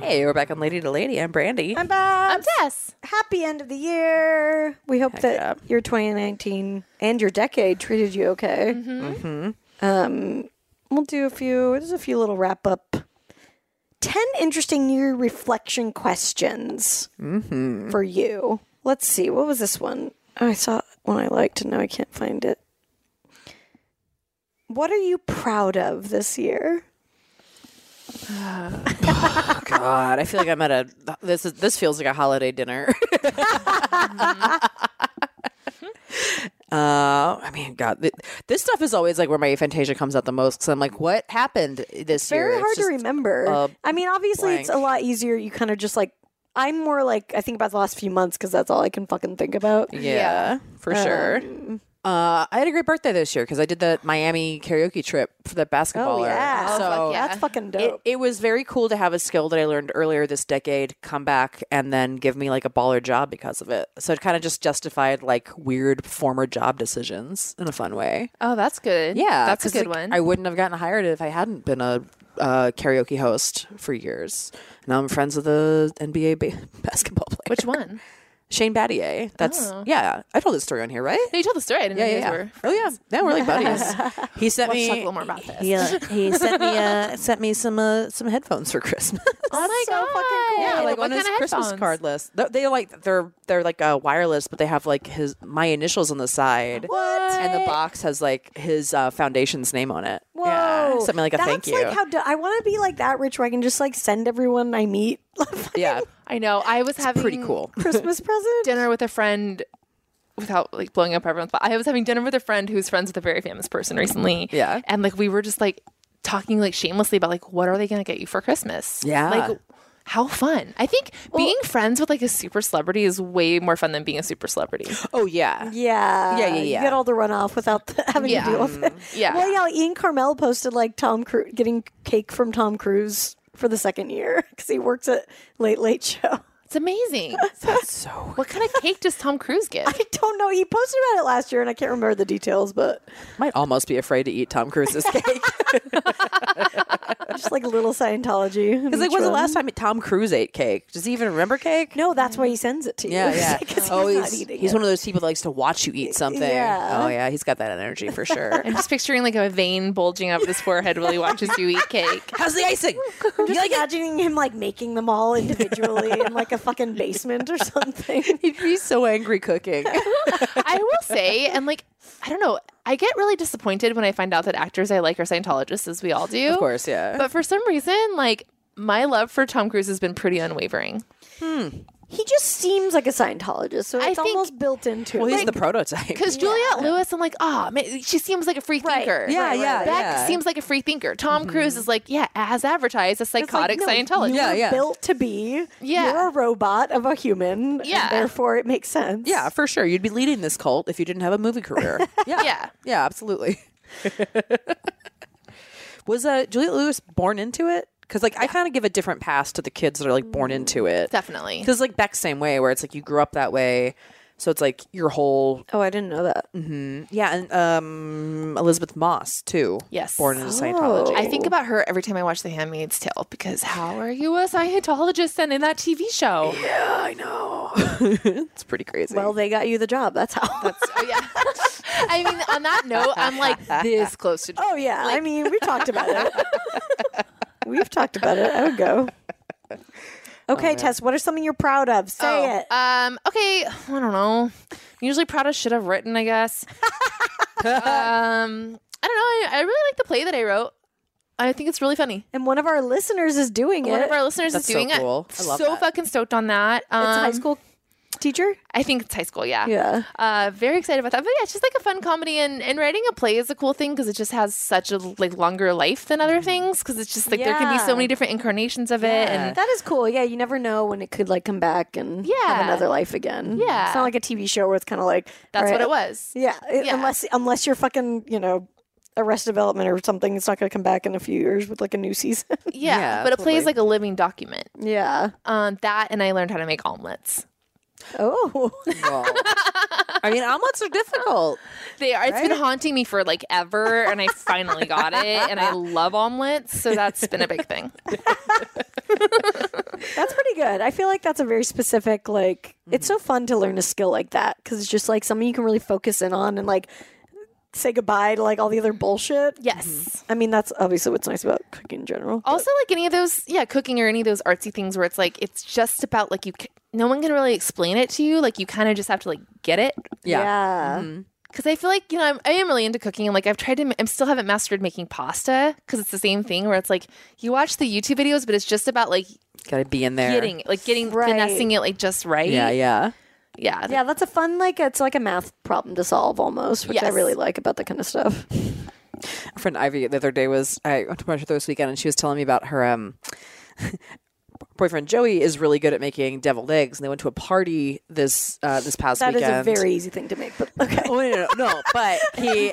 Hey, we're back on Lady to Lady. I'm Brandy.
i'm back
Um,
I'm Tess.
happy end of the year we hope
Heck
that
yeah.
your 2019 and your decade treated you okay
Mm-hmm.
um we'll do a few there's a few little wrap up 10 interesting New Year reflection questions for you. Let's see. What was this one? Oh, I saw one I liked and now I can't find it. What are you proud of this year?
God, I feel like I'm at a. This is this feels like a holiday dinner. *laughs*
Mm-hmm.
Uh, I mean, God, th- this stuff is always like where my aphantasia comes out the most. Because I'm like, what happened this year?
Very
It's
hard
just-
to remember.
a
I mean, obviously, it's a
blank.
lot easier. You kind of just like, I'm more like, I think about the last few months because that's all I can fucking think about.
Yeah, for sure.
Um,
Uh, I had a great birthday this year because I did that Miami karaoke trip for the basketballer.
Oh, yeah.
So
yeah.
That's fucking dope.
It, it was very cool to have a skill that I learned earlier this decade come back and then give me like a baller job because of it. So it kind of just justified like weird former job decisions in a fun way.
Oh, that's good.
Yeah,
that's a
'cause,
good
like,
one.
I wouldn't have gotten hired if I hadn't been a uh, karaoke host for years. Now I'm friends with the NBA ba- *laughs* basketball player.
*laughs* Which one?
Shane Battier. That's
Oh.
yeah. I told this story on here, right?
No, you told the story. I didn't
Yeah,
know you
yeah,
guys
yeah.
were.
Oh yeah, yeah, we're like buddies.
*laughs*
He sent
Let's
me.
talk a little
*laughs*
more about this.
He, uh, he sent me uh, sent me some uh, some headphones for Christmas.
Oh my
so fucking cool.
Yeah, like
what
on
kind
his
of
Christmas
headphones?
card list. They're, they're like they're they're like uh, wireless, but they have like his my initials on the side.
What?
And the box has like his uh, foundation's name on it.
Whoa.
Yeah, sent me like a
That's
thank you.
Like how do- I want to be like that rich where I can just like send everyone I meet *laughs*
yeah,
I know. I was having
pretty cool.
Christmas present.
dinner with a friend without like blowing up everyone's but I was having dinner with a friend who's friends with a very famous person recently.
Yeah.
And like we were just like talking like shamelessly about like what are they gonna get you for Christmas?
Yeah.
Like how fun. I think being friends with like a super celebrity is way more fun than being a super celebrity.
*laughs* Oh yeah.
*laughs* Yeah.
Yeah, yeah,
You
yeah. Mm-hmm.
get all the runoff without the, *laughs* having
Yeah.
to deal with it.
Yeah.
Well, yeah, like, Ian Carmel posted like Tom Cruise getting cake from Tom Cruise for the second year *laughs* because he works at Late Late Show.
It's *laughs* amazing.
That's so.
what kind of cake does Tom
*laughs*
Cruise get?
*laughs* I don't know. He posted about it last year and I can't remember the details, but
Might almost be afraid to eat
*laughs*
Tom Cruise's cake because
just like little Scientology. in
like
each
when's the
one.
last time Tom Cruise ate cake? Does he even remember cake?
No, that's why he sends it to you. *laughs*
Yeah, yeah.
'Cause he's,
oh,
not
he's,
eating
he's
it.
one of those people that likes to watch you
*laughs*
eat something.
Yeah.
Oh, yeah. He's got that energy
*laughs*
for sure.
I'm just picturing like a vein bulging out of his forehead while he watches you eat cake.
How's the icing?
*laughs*
*laughs*
I'm just imagining him like making them all individually in like a fucking basement or
*laughs*
something.
He'd be so angry cooking. *laughs*
I will say, and like, I don't know, I get really disappointed when I find out that actors I like are Scientologists, as we all do.
of course, yeah.
But for some reason, like, my love for Tom Cruise has been pretty unwavering.
He just seems like a Scientologist, so
I
it's
think-
almost built into
well,
it.
he's the prototype.
Because Juliette Lewis, I'm like, ah, man, she seems like a free thinker.
yeah, yeah,
Beck
yeah. Mm-hmm.
seems like a free thinker. Tom Cruise is like, yeah, as advertised, a
It's like,
psychotic
no,
Scientologist.
You
Yeah,
were
yeah.
built to be.
Yeah.
You're a robot of a human. and
Yeah.
therefore, it makes sense.
*laughs* yeah, for sure. You'd be leading this cult if you didn't have a movie career. *laughs* Yeah.
Yeah.
Yeah, absolutely. *laughs* Was uh, Juliette Lewis born into it? Because like I kind of give a different pass to the kids that are like born into it.
Definitely.
Because like Beck's same way, where it's like you grew up that way, so it's like your whole
Oh, I didn't know that.
Mm-hmm. Yeah, and um, Elizabeth Moss too.
Yes.
born into
Oh.
Scientology.
I think about her every time I watch The Handmaid's Tale because how are you a Scientologist and in that TV show?
yeah, Oh, I know. *laughs* it's pretty crazy.
Well, they got you the job. That's how.
Oh, yeah. *laughs* I mean, on that note, I'm like this close to.
*laughs* oh, yeah. I mean, we talked about it.
*laughs*
We've talked about it. I would go. Okay, Tess, what are something you're proud of? Say
Oh,
it.
Um. Okay. I don't know. I'm usually proud of shit I've written.
*laughs*
I guess. um. I don't know. I, I really like the play that I wrote. I think it's really funny.
and one of our listeners is doing
One
it.
of our listeners
That's so
is doing
cool.
it.
I love
so
that.
fucking stoked on that. Um,
it's a high school teacher.
I think it's high school. Yeah.
Yeah.
Uh, very excited about that. But yeah, it's just like a fun comedy, and, and writing a play is a cool thing because it just has such a like longer life than other things because it's just like there can be
Mm-hmm. Yeah.
so many different incarnations of it, and
That is cool. Yeah, you never know when it could like come back and have
Yeah.
another life again.
Yeah.
It's not like a TV show where it's kind of like
that's
all
what
right,
it was.
Yeah, it-
Yeah.
unless unless you're fucking, you know, Arrested Development or something, it's not going to come back in a few years with like a new season.
Yeah,
Yeah,
but a play is
absolutely.
like a living document.
yeah.
Um, that and I learned how to make omelets.
*laughs* Oh,
Well, I mean, omelets are difficult.
They are. It's been haunting me for like ever, and I finally got it. And I love omelets, so that's been a big thing.
that's pretty good. I feel like that's a very specific
Mm-hmm.
like. It's so fun to learn a skill like that because it's just like something you can really focus in on and like say goodbye to like all the other bullshit.
Yes.
I mean, that's obviously what's nice about cooking in general. but-
Also, like any of those, yeah, cooking or any of those artsy things where it's like it's just about like you. c- No one can really explain it to you. Like you kind of just have to like get it.
*laughs* Yeah. Mm-hmm.
Because I feel like you know I'm, I am really into cooking and like I've tried to ma- I still haven't mastered making pasta because it's the same thing where it's like you watch the YouTube videos but it's just about like
Gotta be in there.
getting like getting
Right.
finessing it like just right
Yeah, yeah.
yeah
Yeah, that's a fun like it's like a math problem to solve almost, which I
Yes.
really like about that kind of stuff.
Our friend Ivy the other day was I went to brunch with her this weekend and she was telling me about her um *laughs* boyfriend Joey is really good at making deviled eggs and they went to a party this uh this past
That is
weekend.
a very easy thing to make, but okay.
Oh, no, no, no, no, but
*laughs*
he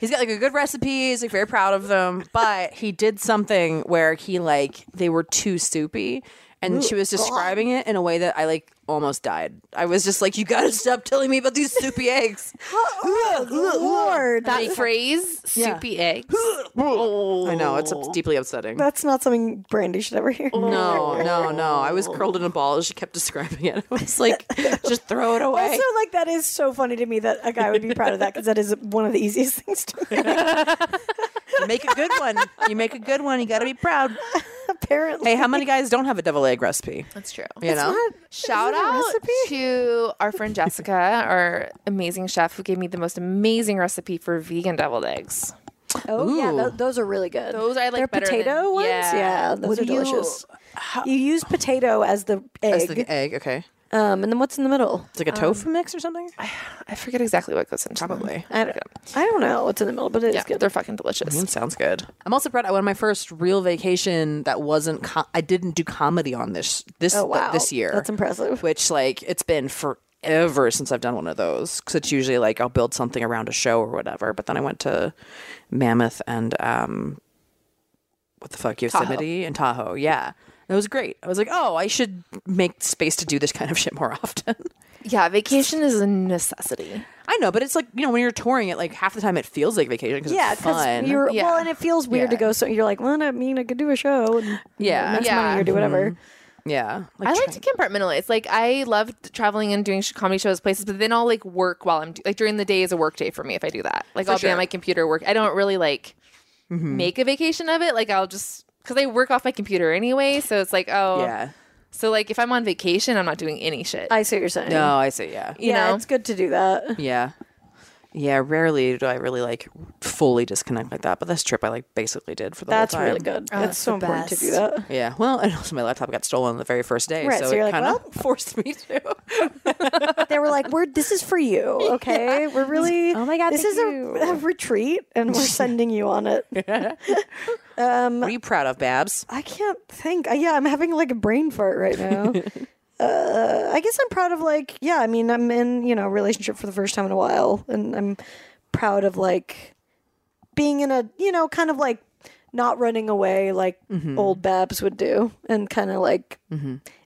he's got like a good recipe. He's like very proud of them. But he did something where he like they were too soupy, and she was describing it in a way that I like almost died. I was just like, you gotta stop telling me about these soupy
*laughs*
eggs. *laughs*
Lord,
that phrase soupy *gasps* eggs
I know it's deeply upsetting.
that's not something Brandy should ever hear.
no, no, no. I
Oh.
was curled in a ball as she kept describing it. *laughs* I
*laughs*
was like, just throw it away.
Also, like that is so funny to me that a guy would be proud of that because that is one of the easiest things to make.
*laughs* You make a good one. You make a good one. You gotta be proud.
Apparently,
Hey, how many guys don't have a devil egg recipe?
that's true
You know,
shout
Isn't it a
out
recipe?
to our friend jessica our amazing chef who gave me the most amazing recipe for vegan deviled eggs
oh yeah, tho- those are really good.
Those I like
They're
better than-
potato ones.
yeah.
those
What
are
do you-
delicious. You, use potato as the egg,
That's the egg. Okay.
um, and then what's in the middle?
It's like a tofu mix or something.
i forget exactly what goes into probably
I don't, I don't know what's in the middle, but it's
yeah
good.
they're fucking delicious
sounds good. I'm also proud. I went on my first real vacation that wasn't. Com- I didn't do comedy on this this
Oh, wow.
this year.
That's impressive.
Which like it's been forever since I've done one of those because it's usually like I'll build something around a show or whatever. But then I went to Mammoth and um, what the fuck Yosemite and Tahoe. Yeah. It was great. I was like, oh, I should make space to do this kind of *laughs* shit more often.
yeah vacation is a necessity
I know, but it's like, you know, when you're touring it, like half the time it feels like vacation because
Yeah,
it's fun.
because you're well,
Yeah.
and it feels weird to
Yeah.
go. So you're like, well, I mean, I could do a show and
Yeah. Mm-hmm.
make some
Yeah.
money or do whatever.
yeah.
I
try-
like to compartmentalize. Like I love traveling and doing sh- comedy shows places, but then I'll like work while I'm do- like during the day is a work day for me if I do that. Like I'll be on my computer work. I don't really like make a vacation of it. Like I'll just because I work off my computer anyway, so it's like oh
Yeah.
So like if I'm on vacation, I'm not doing any shit.
I see what you're saying.
No, I see. Yeah.
you
yeah,
know?
it's good to do that.
Yeah. Yeah. Rarely do I really like fully disconnect like that. But this trip I like basically did for the
That's
whole time.
really good.
Oh,
that's so important to do that.
Yeah. Well, *laughs* and also my laptop got stolen the very first day.
Right,
So,
so you're like,
it kind of
well-
*laughs* forced
*laughs*
me to.
They were like, "We're this is for you,
*laughs*
okay? We're really
Oh my God,
this
thank
is a,
you."
a retreat, and
*laughs*
we're sending you on it."
Were you proud
*laughs*
of Babs?
I can't think. Uh, yeah, I'm having like a brain fart right
*laughs*
now. uh, I guess I'm proud of like, yeah, I mean, I'm in, you know, a relationship for the first time in a while and I'm proud of like being in a, you know, kind of like not running away like
Mm-hmm.
old Babs would do and kind of like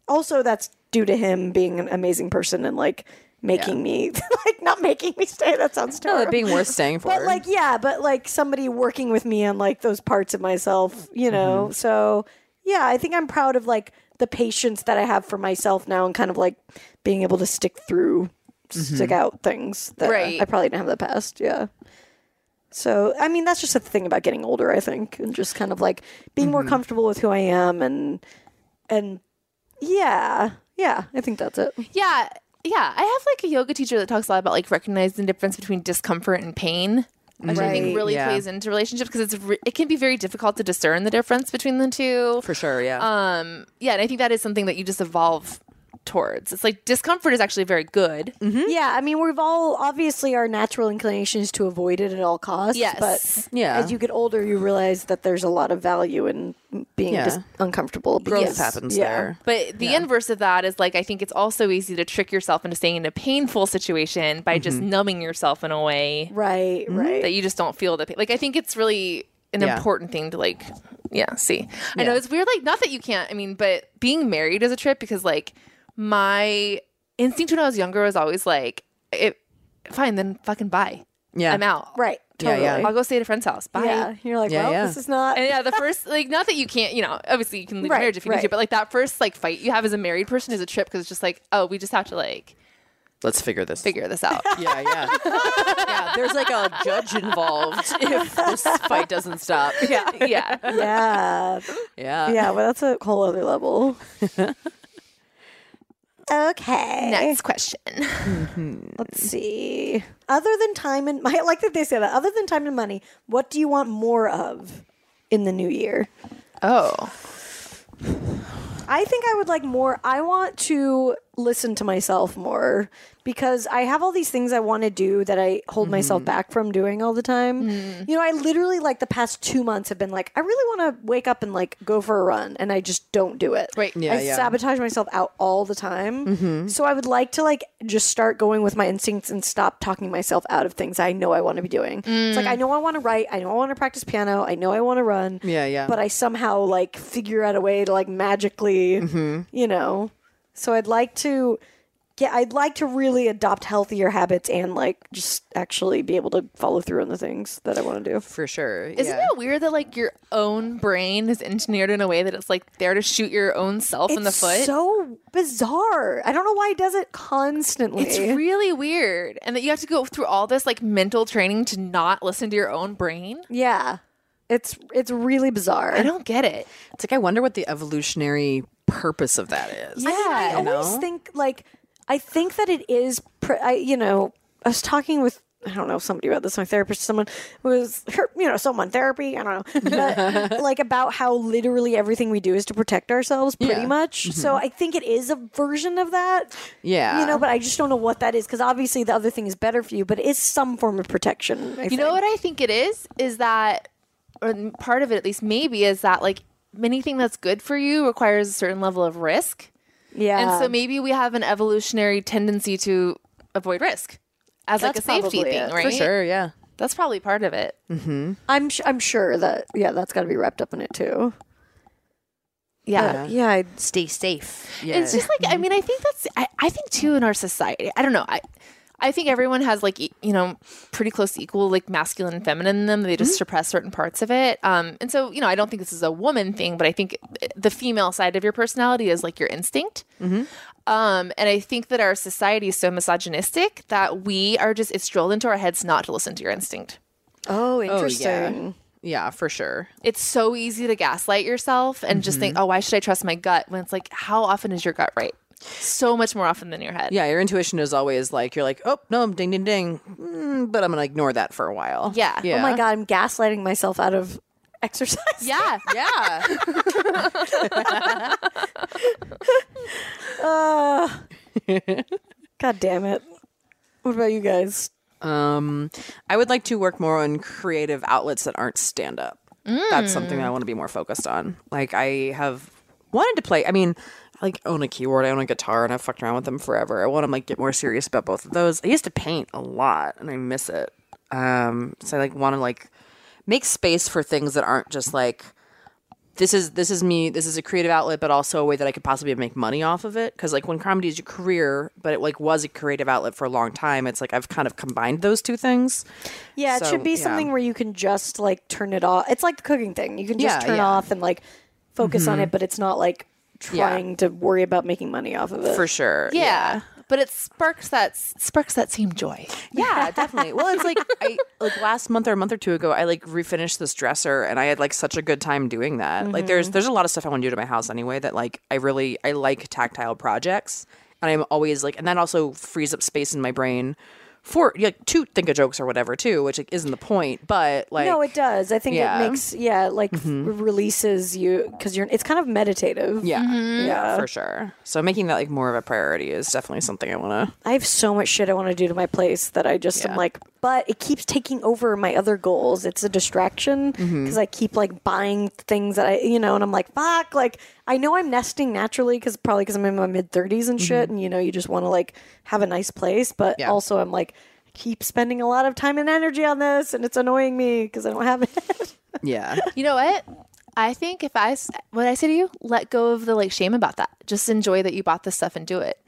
also that's due to him being an amazing person and like making me *laughs* like not making me stay. That sounds
No,
terrible.
it being worth staying for.
But like, yeah, but like somebody working with me on like those parts of myself, you know. So yeah, I think I'm proud of like the patience that I have for myself now and kind of like being able to stick through, stick out things that
Right.
I probably didn't have in the past. Yeah. So I mean, that's just the thing about getting older, I think, and just kind of like being more comfortable with who I am and and yeah, yeah, I think that's it.
yeah, yeah. I have like a yoga teacher that talks a lot about like recognizing the difference between discomfort and pain. Which I
Right.
think really
Yeah.
plays into relationships because it's re- it can be very difficult to discern the difference between the two.
for sure. Yeah.
um yeah and i think that is something that you just evolve towards it's like discomfort is actually very good
Mm-hmm.
Yeah, I mean, we've all obviously our natural inclination is to avoid it at all costs.
Yes.
but
Yeah.
as you get older, you realize that there's a lot of value in being
Yeah.
just uncomfortable.
Growth
because-
happens
yeah.
there.
but the inverse of that is like i think it's also easy to trick yourself into staying in a painful situation by just
Mm-hmm.
numbing yourself in a way
Right, right.
that you just don't feel the pain like i think it's really an
Yeah.
important thing to like yeah see i know it's weird like not that you can't i mean but being married is a trip because like my instinct when i was younger was always like it fine then fucking bye
yeah.
i'm out
right,
Yeah,
totally.
yeah.
i'll go stay at a friend's house bye
Yeah, you're like,
Yeah,
well,
*laughs* yeah.
this is not.
And yeah, the first like not that you can't, you know, obviously you can leave a
Right,
marriage if you need
right.
to, but like that first like fight you have as a married person is a trip because it's just like, oh, we just have to like
Let's figure this. *laughs*
figure this
*laughs*
out.
Yeah, yeah. *laughs* yeah, there's like a judge involved *laughs* if this fight
*laughs*
doesn't stop. Yeah.
yeah.
Yeah.
*laughs* Yeah.
yeah, well, that's a whole other
*laughs*
level. okay.
Next question.
Let's see. Other than time and *laughs* I like that they say that. Other than time and money, what do you want more of in the new year?
Oh.
I think I would like more. I want to listen to myself more because I have all these things I want to do that I hold myself back from doing all the time. You know, I literally like the past two months have been like, I really want to wake up and like go for a run, and I just don't do it.
Right.
I sabotage myself out all the time. So I would like to like just start going with my instincts and stop talking myself out of things I know I want to be doing. It's like I know I want to write, I know I want to practice piano, I know I want to run.
Yeah, yeah.
But I somehow like figure out a way to like magically, you know. So I'd like to get I'd like to really adopt healthier habits and like just actually be able to follow through on the things that I want to do.
For sure.
Isn't
yeah.
that weird that like your own brain is engineered in a way that it's like there to shoot your own self in the
It's
foot?
So bizarre. I don't know why he does it constantly.
it's really weird. And that you have to go through all this like mental training to not listen to your own brain.
Yeah. It's it's really bizarre.
I don't get it.
It's like I wonder what the evolutionary purpose of that is.
I, mean, I
You know?
always think like I think that it is. Pre- I you know I was talking with I don't know somebody about this. My therapist, someone was her, you know someone therapy. I don't know, but, like about how literally everything we do is to protect ourselves, pretty
Yeah.
much. So I think it is a version of that.
Yeah.
you know, but I just don't know what that is because obviously the other thing is better for you, but it is some form of protection. I
You know
think.
what I think it is? Is that, or m- part of it at least, maybe, is that like anything that's good for you requires a certain level of risk.
Yeah,
and so maybe we have an evolutionary tendency to avoid risk as like a
That's
safety
probably
thing,
it. For
right?
For sure, yeah.
That's probably part of it.
I'm su- I'm sure that yeah, that's got to be wrapped up in it too.
Yeah.
yeah, I,
Stay safe. Yeah.
It's just like I mean I think that's I, I think too in our society I don't know I I think everyone has like e- you know pretty close to equal like masculine and feminine in them they just suppress certain parts of it um and so you know I don't think this is a woman thing but I think eh, the female side of your personality is like your instinct um and I think that our society is so misogynistic that we are just it's drilled into our heads not to listen to your instinct
oh, interesting.
yeah. yeah, for sure.
it's so easy to gaslight yourself and just think, oh, why should I trust my gut? When it's like, how often is your gut right? So much more often than your head.
Yeah, your intuition is always like you're like, oh no, ding ding ding, mm, but I'm gonna ignore that for a while.
Yeah.
yeah,
Oh my god, I'm gaslighting myself out of exercise. *laughs*
Yeah.
yeah.
Uh, god damn it. What about you guys?
Um, I would like to work more on creative outlets that aren't stand up. That's something I want to be more focused on. Like I have wanted to play. I mean, I like own a keyboard, I own a guitar, and I've fucked around with them forever. I want to like get more serious about both of those. I used to paint a lot, and I miss it. Um, so I like want to like make space for things that aren't just like this is this is me this is a creative outlet but also a way that i could possibly make money off of it because like when comedy is your career but it like was a creative outlet for a long time it's like i've kind of combined those two things
Yeah, it
So,
should be
yeah.
something where you can just like turn it off. It's like the cooking thing. You can just
Yeah, Mm-hmm.
turn
yeah.
off and like focus on it, but it's not like trying to worry about making money off of it.
for sure
Yeah. But it sparks that sparks that same joy.
*laughs*
yeah definitely well it's like i like last month or a month or two ago i like refinished this dresser and i had like such a good time doing that
Mm-hmm.
like there's there's a lot of stuff i want to do to my house anyway that like i really i like tactile projects and i'm always like and that also frees up space in my brain for like to think of jokes or whatever too which like, isn't the point but like
no, it does. I think
Yeah. Mm-hmm.
it makes yeah, like f- releases you because you're. It's kind of meditative.
Yeah. for sure. So making that like more of a priority is definitely something I *laughs* want to.
I have so much shit I want to do to my place that I just am like, but it keeps taking over my other goals. It's a distraction because I keep like buying things that I, you know, and I'm like, fuck, like I know I'm nesting naturally because probably because I'm in my mid 30s and shit, and you know, you just want to like have a nice place, but
Yeah.
also I'm like, I keep spending a *laughs* lot of time and energy on this, and it's annoying me because I don't have it.
Yeah.
You know what? I think if I s- what I say to you, let go of the like shame about that. Just enjoy that you bought this stuff and do it.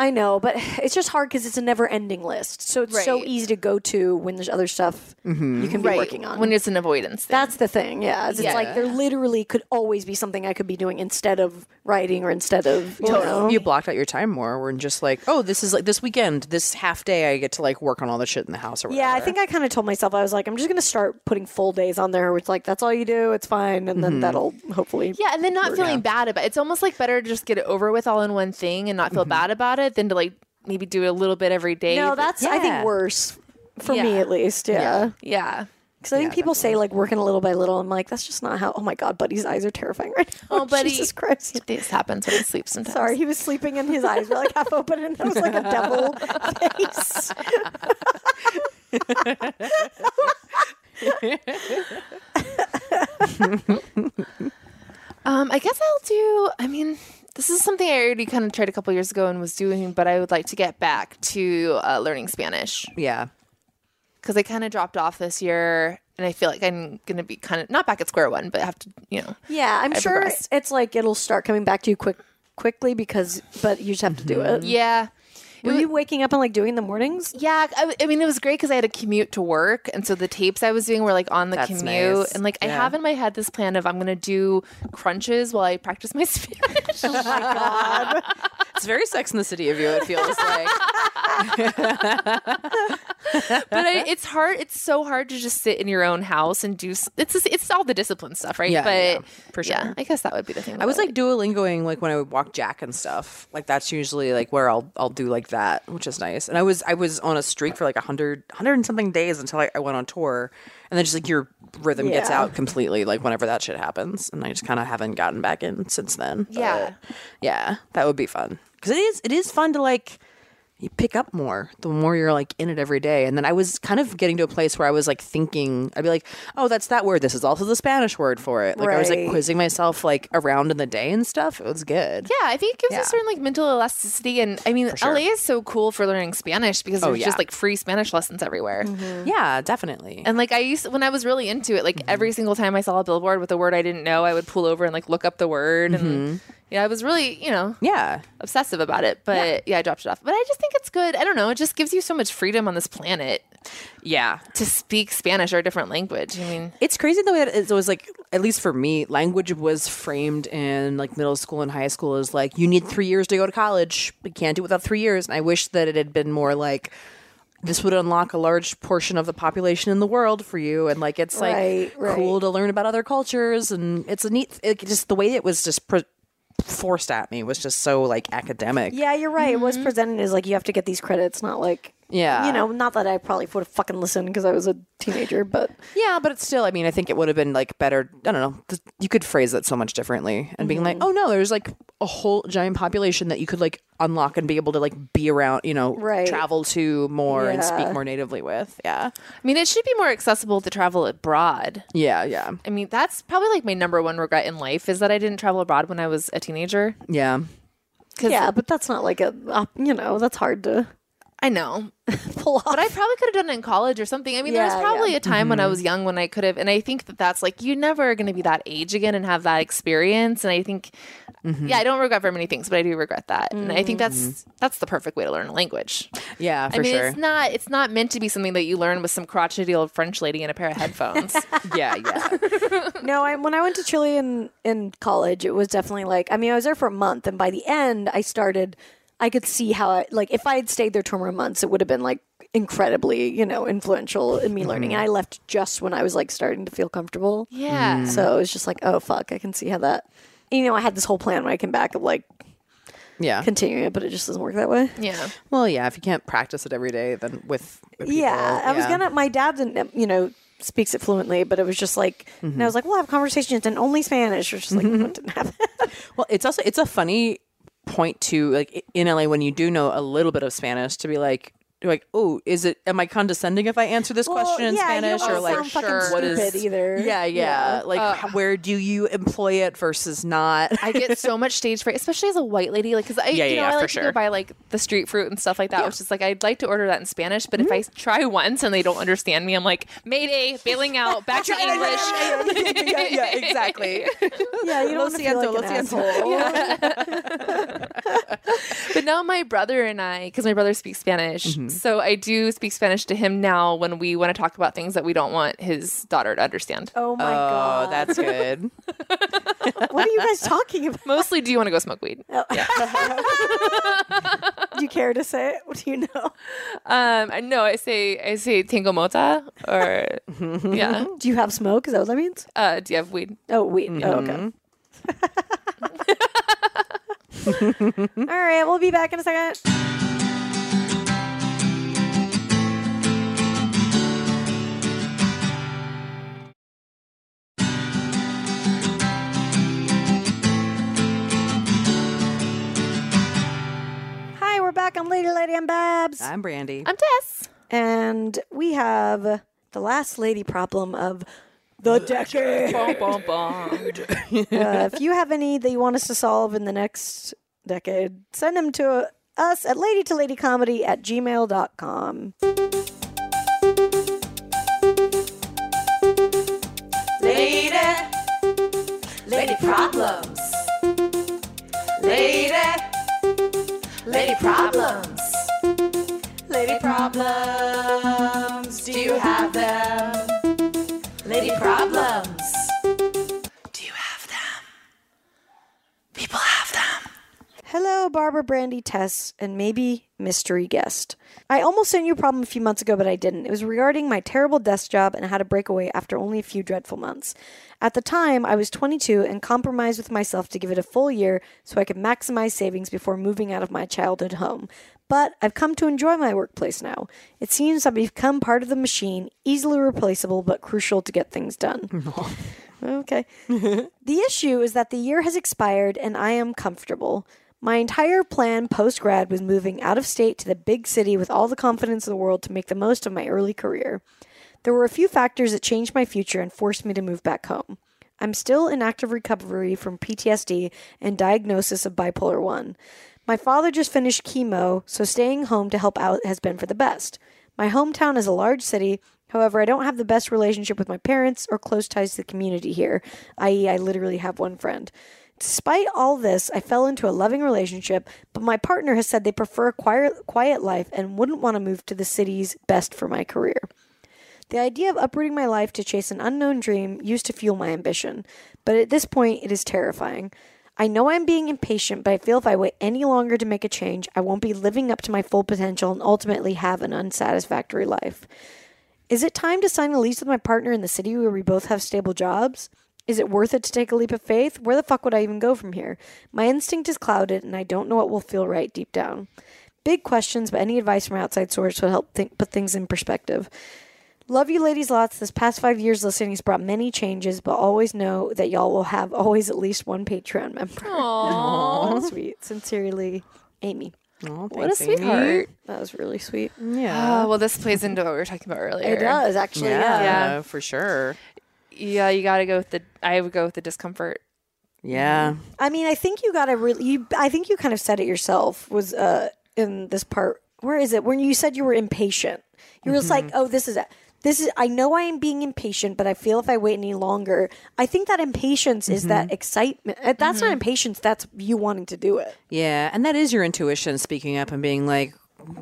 I know, but *sighs* it's just hard because it's a never-ending list. So it's so
Right.
easy to go to when there's other stuff you can be working on.
when it's an avoidance. Thing.
That's the thing. Yeah, is it's like there literally could always be something I could be doing instead of writing or instead of you know.
You blocked out your time more. We're just like, oh, this is like this weekend, this half day, I get to like work on all the shit in the house or whatever.
Yeah, I think I kind of told myself I was like, I'm just gonna start putting full days on there, which like that's all you do, it's fine, and then that'll hopefully.
yeah, and then not feeling bad about it. It's almost like better to just get it over with all in one thing and not feel bad about it than to like maybe do a little bit every day.
No,
but-
that's I think worse for me
Yeah.
at least. Yeah,
yeah.
because I think people say like working a little by little. I'm like, that's just not how. Oh my god, Buddy's eyes are terrifying right now.
Oh,
*laughs*
Buddy.
Jesus Christ.
This happens when I sleep sometimes.
Sorry, he was sleeping and his eyes were like half open, and that was like a
*laughs*
devil face.
Um, I guess I'll do. I mean, this is something I already kind of tried a couple years ago and was doing, but I would like to get back to uh, learning Spanish
Yeah.
because I kind of dropped off this year, and I feel like I'm gonna be kind of not back at square one, but have to, you know.
Mm-hmm.
Yeah, I'm sure
progressed.
it's like it'll start coming back to you quick quickly because, but you just have to do it.
Mm-hmm. Yeah.
Were you waking up and like doing the mornings?
Yeah, I, I mean, it was great because I had a commute to work, and so the tapes I was doing were like on the
That's
commute,
nice.
and like I have in my head this plan of I'm gonna do crunches while I practice my *laughs* Spanish.
*laughs* It's very sex in the city of you, it feels like.
but I, it's hard. It's so hard to just sit in your own house and do. s- It's just- it's all the discipline stuff, right?
Yeah,
but
yeah, for
yeah,
sure.
I guess that would be the thing. that
I was like Duolingoing like when I would walk Jack and stuff. Like that's usually like where I'll I'll do like that, which is nice. And I was I was on a streak for like a hundred hundred and something days until I, I went on tour, and then just like your rhythm gets
Yeah.
out completely like whenever that shit happens, and I just kind of haven't gotten back in since then. But,
Yeah.
yeah, that would be fun because it is it is fun to like you pick up more the more you're like in it every day. And then I was kind of getting to a place where I was like thinking, I'd be like, oh, that's that word. This is also the Spanish word for it. Like I was like
Right.
quizzing myself like around in the day and stuff. It was good.
Yeah, I think it gives
Yeah.
a certain like mental elasticity, and I mean, LA is so cool for learning Spanish because there's
Oh, yeah. Mm-hmm.
just like free Spanish lessons everywhere.
Yeah, definitely.
And like I used when I was really into it, like
Mm-hmm.
every single time I saw a billboard with a word I didn't know, I would pull over and like look up the word, and
Mm-hmm.
yeah, I was really you know
yeah.
obsessive about it. But yeah. I dropped it off. But I just think it's good. I don't know. It just gives you so much freedom on this planet
Yeah.
to speak Spanish or a different language. I mean,
It's crazy the way that it was like, at least for me, language was framed in like middle school and high school as like, you need three years to go to college. You can't do it without three years. And I wish that it had been more like, this would unlock a large portion of the population in the world for you. And like, it's like
Right, right.
cool to learn about other cultures. And it's a neat, it, just the way it was just pre- forced at me was just so like academic.
Yeah, you're right. It was
Mm-hmm.
presented as like you have to get these credits, not like
Yeah.
you know, not that I probably would have fucking listened because I was a teenager,
*laughs*
but
Yeah, but it's still. I mean, I think it would have been like better. I don't know. th- You could phrase it so much differently and being like,
Mm-hmm.
"Oh no, there's like a whole giant population that you could like unlock and be able to like be around. You know,
Right.
travel to more and speak
Yeah.
more natively with. Yeah,
I mean, it should be more accessible to travel abroad.
yeah, yeah,
I mean, that's probably like my number one regret in life is that I didn't travel abroad when I was a teenager.
yeah.
Because
yeah, but that's not like a op- you know that's hard to *laughs*
I know,
pull off.
but I probably could have done it in college or something. I mean, there was
Yeah,
probably a time when I was young when I could have, and I think that that's like you're never going to be that age again and have that experience. And I think, yeah, I don't regret very many things, but I do regret that, and I think that's that's the perfect way to learn a language.
Yeah, for
I mean,
sure.
it's not it's not meant to be something that you learn with some crotchety old French lady and a pair of headphones.
yeah, yeah.
no, I, when I went to Chile in in college, it was definitely like I mean I was there for a month, and by the end I started. I could see how I, like if I had stayed there two more months, it would have been like incredibly you know influential in me learning. And I left just when I was like starting to feel comfortable.
yeah.
So it was just like, oh fuck, I can see how that. You know, I had this whole plan when I came back of like *laughs*
Yeah.
continuing it, but it just doesn't work that way.
Yeah.
Well, yeah. If you can't practice it every day, then with, with people,
yeah, I was
yeah.
gonna. My dad didn't, you know, speaks it fluently, but it was just like, and I was like, we'll have conversations in only Spanish, which is like, what didn't happen.
Well, it's also it's a funny point to like i- in LA when you do know a little bit of Spanish to be like you're like, oh, is it? Am I condescending if I answer this
Well,
question in
yeah, you
Spanish
don't
or
sound
like,
fucking
what is
stupid either.
Yeah, yeah.
Yeah.
Like, h- where do you employ it versus not? *laughs*
I get so much stage fright, especially as a white lady. Like, because I,
Yeah,
you
yeah,
know,
yeah,
I
for
like to
sure.
go buy like the street fruit and stuff like that, which is like I'd like to order that in Spanish, but if I try once and they don't understand me, I'm like, Mayday, bailing out,
*laughs*
back to *laughs* English.
yeah, yeah,
*laughs*
exactly.
Yeah, you don't
Lo
wanna feel
siento,
like an
lo siento.
asshole.
*laughs*
but now my brother and I, because my brother speaks Spanish, so I do speak Spanish to him now when we want to talk about things that we don't want his daughter to understand.
Oh my
Oh,
god.
that's good.
*laughs* what are you guys talking
*laughs*
about?
Mostly, do you want to go smoke weed?
*laughs* Do you care to say it? What do you know?
Um, I know I say I say tengo mota or yeah.
Do you have smoke? Is that what that means?
Uh, do you have weed?
Oh, wait. Oh, okay.
Mm-hmm.
All right, we'll be back in a second. Hi, we're back on Lady Lady and Babs.
I'm Brandy.
I'm Tess.
And we have the last lady problem of
*laughs*
the decade.
Bum, bum, bum.
*laughs* uh, if you have any that you want us to solve in the next decade, send them to us at lady to lady comedy at gmail.com.
Lady, lady problems. Lady, lady problems. Lady problems, do you have them? Lady problems, do you have them? People have them.
Hello, Barbara Brandy Tess, and maybe mystery guest. I almost sent you a problem a few months ago, but I didn't. It was regarding my terrible desk job and how to break away after only a few dreadful months. At the time, I was 22 and compromised with myself to give it a full year so I could maximize savings before moving out of my childhood home. But I've come to enjoy my workplace now. It seems I've become part of the machine, easily replaceable but crucial to get things done. Okay. The issue is that the year has expired and I am comfortable. My entire plan post grad was moving out of state to the big city with all the confidence in the world to make the most of my early career. There were a few factors that changed my future and forced me to move back home. I'm still in active recovery from PTSD and diagnosis of bipolar 1. My father just finished chemo, so staying home to help out has been for the best. My hometown is a large city. However, I don't have the best relationship with my parents or close ties to the community here, i.e., I literally have one friend. Despite all this, I fell into a loving relationship, but my partner has said they prefer a quiet, quiet life and wouldn't want to move to the cities best for my career. The idea of uprooting my life to chase an unknown dream used to fuel my ambition, but at this point it is terrifying. I know I'm being impatient, but I feel if I wait any longer to make a change, I won't be living up to my full potential and ultimately have an unsatisfactory life. Is it time to sign a lease with my partner in the city where we both have stable jobs? Is it worth it to take a leap of faith? Where the fuck would I even go from here? My instinct is clouded and I don't know what will feel right deep down. Big questions, but any advice from an outside source would help think, put things in perspective. Love you ladies lots. This past five years listening has brought many changes, but always know that y'all will have always at least one Patreon member. *laughs* Aww. sweet. Sincerely, Amy.
Oh,
What a
thanks, Amy.
sweetheart.
That was really sweet.
Yeah.
Oh, well, this plays into what we were talking about earlier.
It does, actually. Yeah.
yeah, for sure.
Yeah, you got to go with the. I would go with the discomfort.
Yeah.
I mean, I think you got to really, you, I think you kind of said it yourself was uh, in this part. Where is it? When you said you were impatient, you were just
Mm-hmm.
like, oh, this is it. This is, I know I am being impatient, but I feel if I wait any longer, I think that impatience is
Mm-hmm.
that excitement. Uh, That's not impatience, that's you wanting to do it.
Yeah. And that is your intuition speaking up and being like,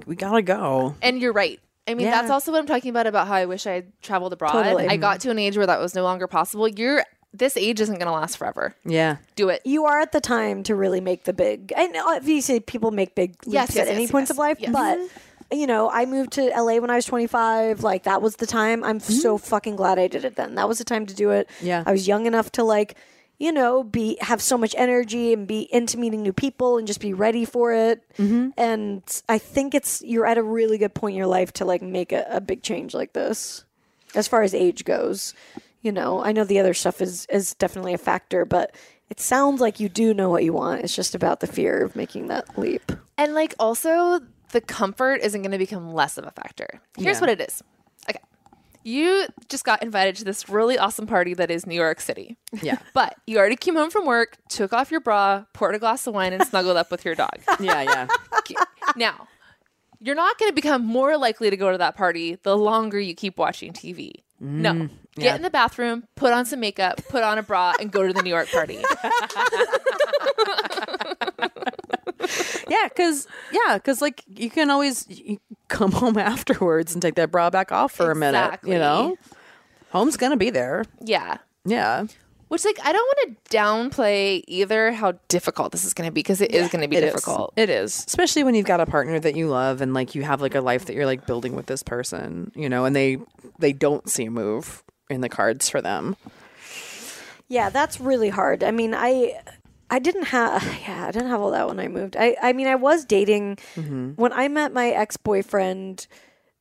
we gotta go.
And you're right. I mean, that's
Yeah.
also what I'm talking about about how I wish I had traveled abroad.
Totally.
I got to an age where that was no longer possible. You're this age isn't going to last forever.
Yeah.
Do it.
you are at the time to really make the big and obviously people make big leaps
Yes, yes,
at any
yes,
points
yes,
of life
yes. Mm-hmm.
but you know i moved to la when i was 25 like that was the time i'm so fucking glad i did it then that was the time to do it
Yeah.
i was young enough to like you know be have so much energy and be into meeting new people and just be ready for it and i think it's you're at a really good point in your life to like make a, a big change like this as far as age goes. You know, I know the other stuff is is definitely a factor, but it sounds like you do know what you want. It's just about the fear of making that leap.
And like also the comfort isn't going to become less of a factor. Here's what it is. Okay. You just got invited to this really awesome party that is New York City.
Yeah.
But you already came home from work, took off your bra, poured a glass of wine, and snuggled up with your dog.
Yeah, yeah.
Now, you're not going to become more likely to go to that party the longer you keep watching TV. No.
Mm,
Get in the bathroom, put on some makeup, put on a bra, and go to the New York party.
*laughs* Yeah, because yeah, because like you can always you come *laughs* home afterwards and take that bra back off *laughs* for a minute.
Exactly.
You know, home's gonna be there.
yeah.
Yeah,
Which, like, I don't want to downplay either how difficult this is going to be because it is going to be
It is.
difficult.
It is, especially when you've got a partner that you love and like you have like a life that you're like building with this person. You know, and they they don't see a move in the cards for them.
Yeah, that's really hard. I mean, I I didn't have *sighs* yeah, I didn't have all that when I moved. I I mean, I was dating when I met my ex-boyfriend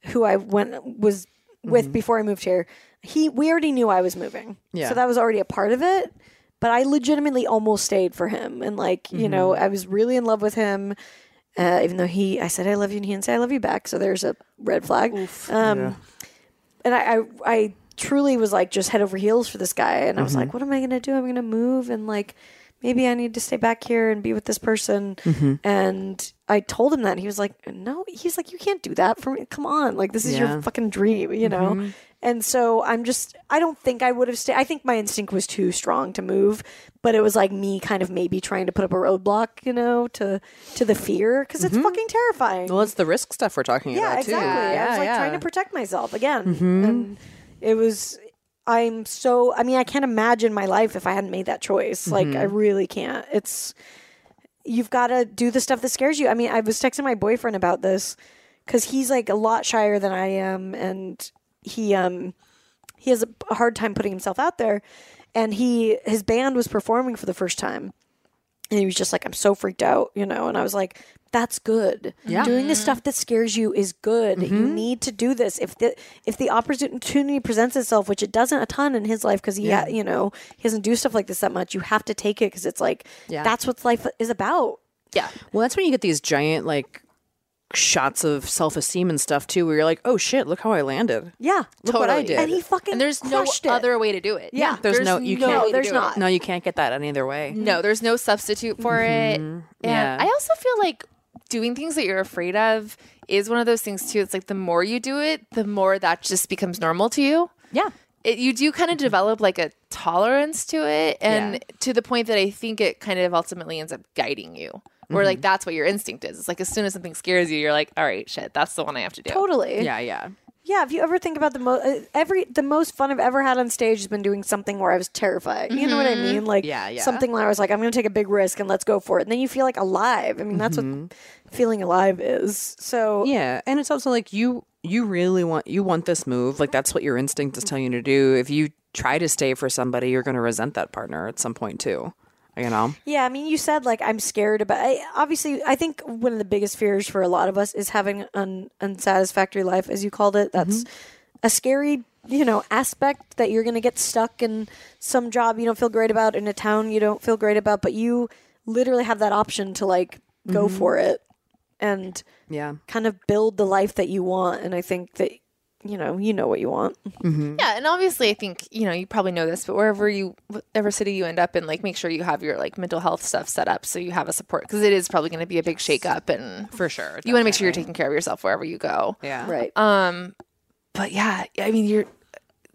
who I went was with before I moved here. He we already knew I was moving.
Yeah.
So that was already a part of it, but I legitimately almost stayed for him and like, you know, I was really in love with him. Uh, even though he, I said I love you, and he didn't say I love you back, so there's a red flag. um, and I, I I truly was like just head over heels for this guy and I was like what am I going to do I'm going to move and like maybe I need to stay back here and be with this person and I told him that and he was like no he's like you can't do that for me come on like this is your fucking dream you know and so I'm just I don't think I would have stayed I think my instinct was too strong to move but it was like me kind of maybe trying to put up a roadblock you know to to the fear because it's fucking terrifying
Well, it's the risk stuff we're talking
yeah,
about too.
exactly. I was like trying to protect myself again. And it was I'm so I mean, I can't imagine my life if I hadn't made that choice. Like I really can't. It's you've got to do the stuff that scares you. I mean, I was texting my boyfriend about this cuz he's like a lot shyer than I am and he um he has a a hard time putting himself out there and he his band was performing for the first time and he was just like, I'm so freaked out, you know. And I was like, that's good.
Yeah.
Doing the stuff that scares you is good.
Mm-hmm.
You need to do this. If the if the opportunity presents itself, which it doesn't a ton in his life, because he, ha- you know, he doesn't do stuff like this that much. You have to take it because it's like
Yeah.
that's what life is about.
Yeah.
Well, that's when you get these giant like shots of self esteem and stuff too, where you're like, oh shit, look how I landed.
Yeah,
Look what I
Totally.
did.
And he fucking
And there's no
crushed it.
other way to do it.
Yeah.
there's, no, you
no
can't.
way to there's do it. not.
No, you can't get that any other way.
No, there's no substitute for it. And
Yeah.
I also feel like doing things that you're afraid of is one of those things too. It's like the more you do it, the more that just becomes normal to you.
Yeah.
It, you do kind of develop like a tolerance to it, and to the point that I think it kind of ultimately ends up guiding you. Where like that's what your instinct is. It's like as soon as something scares you, you're like, all right, shit, that's the one I have to do.
Totally.
Yeah, yeah.
Yeah, if you ever think about the most every the most fun I've ever had on stage has been doing something where I was terrified. You know what I mean? Like
Mm-hmm. Yeah, yeah.
something where I was like, I'm going to take a big risk and let's go for it. And then you feel like alive. I mean, that's what
Mm-hmm.
feeling alive is. So
Yeah, and it's also like you you really want you want this move. Like that's what your instinct is telling you to do. If you try to stay for somebody, you're going to resent that partner at some point too. You know?
Yeah, I mean, you said like I'm scared about. I, obviously, I think one of the biggest fears for a lot of us is having an unsatisfactory life, as you called it. That's a scary, you know, aspect that you're going to get stuck in some job you don't feel great about in a town you don't feel great about, but you literally have that option to like go for it and
Yeah.
kind of build the life that you want. And I think that you know, you know what you want.
Yeah, and obviously, I think you know you probably know this, but wherever you, whatever city you end up in, like make sure you have your like mental health stuff set up so you have a support because it is probably going to be a big shakeup, and
For sure.
you want to make sure you're taking care of yourself wherever you go.
Yeah.
Right.
Um, but yeah, I mean, you're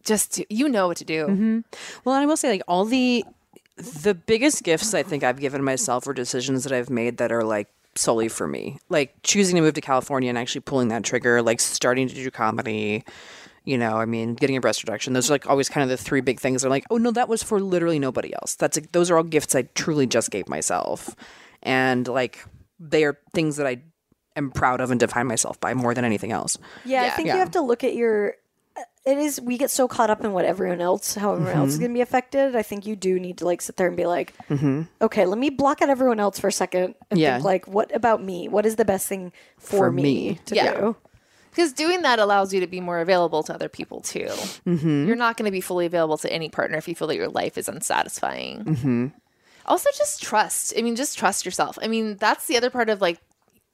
just you know what to do.
Well, and I will say, like all the the biggest gifts I think I've given myself were decisions that I've made that are like solely for me, like choosing to move to California and actually pulling that trigger, like starting to do comedy. You know, I mean, getting a breast reduction. Those are like always kind of the three big things. They're like, oh no, that was for literally nobody else. That's like, those are all gifts I truly just gave myself, and like they are things that I am proud of and define myself by more than anything else.
Yeah, I think you have to look at your. uh, It is. We get so caught up in what everyone else, how everyone else is going to be affected. I think you do need to like sit there and be like, okay, let me block out everyone else for a second and
Yeah.
think like, what about me? What is the best thing for,
For
me,
me.
to
Yeah.
do?
Because doing that allows you to be more available to other people too. You're not going to be fully available to any partner if you feel that your life is unsatisfying. Also, just trust. I mean, just trust yourself. I mean, that's the other part of like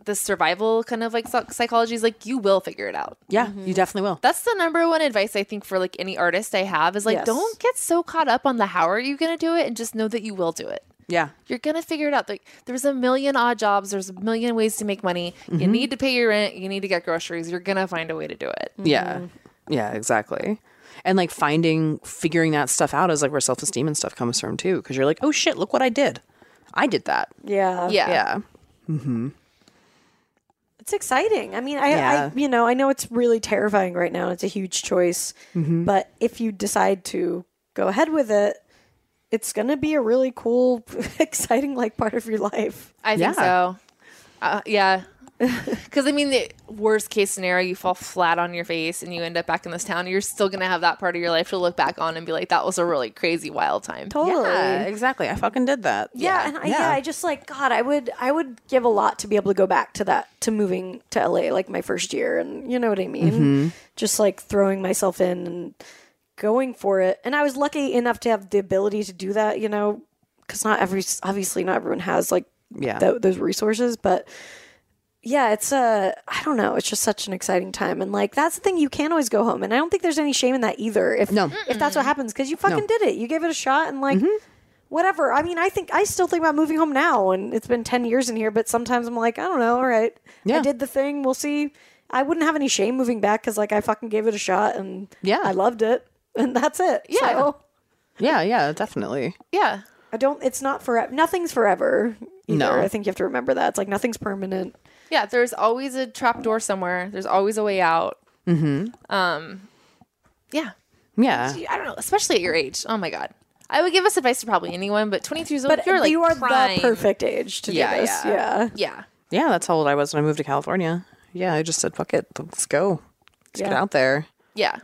the survival kind of like psych- psychology is like you will figure it out.
Yeah, you definitely will.
That's the number one advice I think for like any artist I have is like
Yes.
don't get so caught up on the how are you going to do it and just know that you will do it.
Yeah.
You're gonna figure it out. Like there's a million odd jobs. There's a million ways to make money. You need to pay your rent. You need to get groceries. You're gonna find a way to do it.
Yeah. Yeah, exactly. And like finding, figuring that stuff out is like where self esteem and stuff comes from too. Cause you're like, oh shit, look what I did. I did that.
Yeah.
Yeah.
Yeah.
It's exciting. I mean, I,
Yeah.
I you know, I know it's really terrifying right now. It's a huge choice, but if you decide to go ahead with it, it's going to be a really cool, *laughs* exciting like part of your life.
I think
Yeah.
so. Uh,
*laughs*
yeah. Because I mean, the worst case scenario, you fall flat on your face and you end up back in this town. You're still gonna have that part of your life to look back on and be like, "That was a really crazy, wild time."
Totally.
Yeah, exactly. I fucking did that.
Yeah, and I, yeah. I just like God. I would, I would give a lot to be able to go back to that, to moving to LA like my first year, and you know what I mean. Just like throwing myself in and going for it. And I was lucky enough to have the ability to do that, you know, because not every, obviously, not everyone has like
Yeah.
tho- those resources, but. Yeah, it's a I don't know. It's just such an exciting time, and like that's the thing. You can always go home, and I don't think there's any shame in that either. If
No.
if that's what happens, because you fucking did it. You gave it a shot, and
Mm-hmm.
like whatever. I mean, I think I still think about moving home now, and it's been ten years in here. But sometimes I'm like, I don't know. All right, I
Yeah.
did the thing. We'll see. I wouldn't have any shame moving back because like I fucking gave it a shot, and
Yeah.
I loved it, and that's it.
Yeah.
So,
Yeah. Yeah. Definitely.
Yeah.
I don't. It's not forever. Nothing's forever. Either.
No.
I think you have to remember that. It's like nothing's permanent.
Yeah. There's always a trap door somewhere. There's always a way out. Mm-hmm. Um. Yeah.
Yeah.
I don't know, especially at your age. Oh my god. I would give this advice to probably anyone, but 23 years old,
But
you're like
you are
prime.
the perfect age to
Yeah,
do this.
yeah.
yeah.
Yeah.
Yeah. That's how old I was when I moved to California. Yeah. I just said, fuck it. Let's go. Let's get
Yeah.
out there.
Yeah.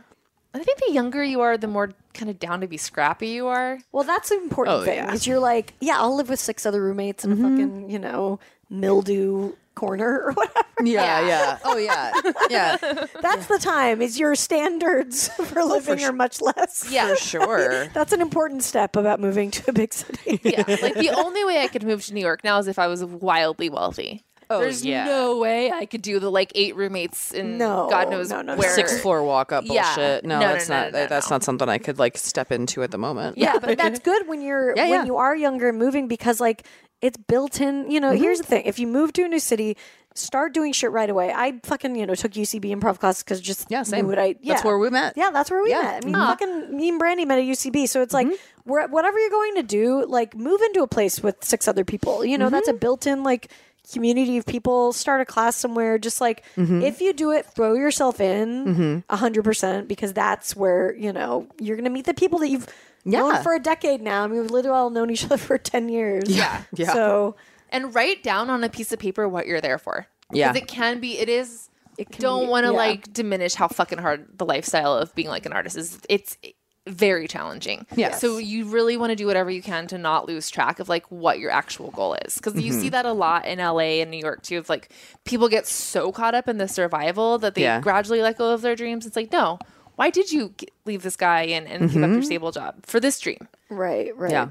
And I think the younger you are, the more kind of down to be scrappy you are.
Well, that's an important
Oh,
thing.
yeah.
Is you're like, yeah, Mm-hmm. I'll live with six other roommates in a fucking, you know, mildew corner *laughs* or whatever.
Yeah. Yeah. Oh, yeah. Yeah.
*laughs* That's the time. Is your standards Mm, *laughs* Oh, for living are much less.
Yeah.
For sure.
*laughs* That's an important step about moving to a big *laughs* city.
Yeah. *laughs* Like the only way I could move to New York now is if I was wildly wealthy. Oh, There's
yeah.
no way I could do the like eight roommates in
No,
God knows
no, no, no.
where.
Six floor walk up
Yeah.
bullshit. No,
No, no,
that's
no,
not
no, no,
that's
no.
not something I could like step into at the moment.
yeah, but that's good when you're
Yeah,
when
yeah.
you are younger and moving because like it's built in. You know, here's the thing: if you move to a new city, start doing shit right away. I fucking you know took UCB improv class because just
Yeah,
knew
same.
what I
That's where we met.
Yeah, that's where we
Yeah.
met. I mean, fucking me and Brandy met at UCB, so it's like
Mm-hmm.
we're, whatever you're going to do, like move into a place with six other people. You know,
Mm-hmm.
that's a built-in like community of people start a class somewhere just like
Mm-hmm.
if you do it throw yourself in a 100% because that's where you know you're going to meet the people that you've known
Yeah.
for a decade now. I mean, we've literally all known each other *laughs* for 10 years.
Yeah.
Yeah.
So
And write down on a piece of paper what you're there for.
Yeah.
Because it can be, it is, don't
be-
want to
yeah.
like diminish how fucking hard the lifestyle of being like an artist is. It's very challenging.
Yes.
So you really want to do whatever you can to not lose track of like what your actual goal is. because
Mm-hmm.
you see that a lot in LA and New York too. Of like people get so caught up in the survival that they
Yeah.
gradually let go of their dreams. It's like, no, why did you g- leave this guy and, and give up
Mm-hmm.
your stable job for this dream?
right, right.
*laughs* Yeah.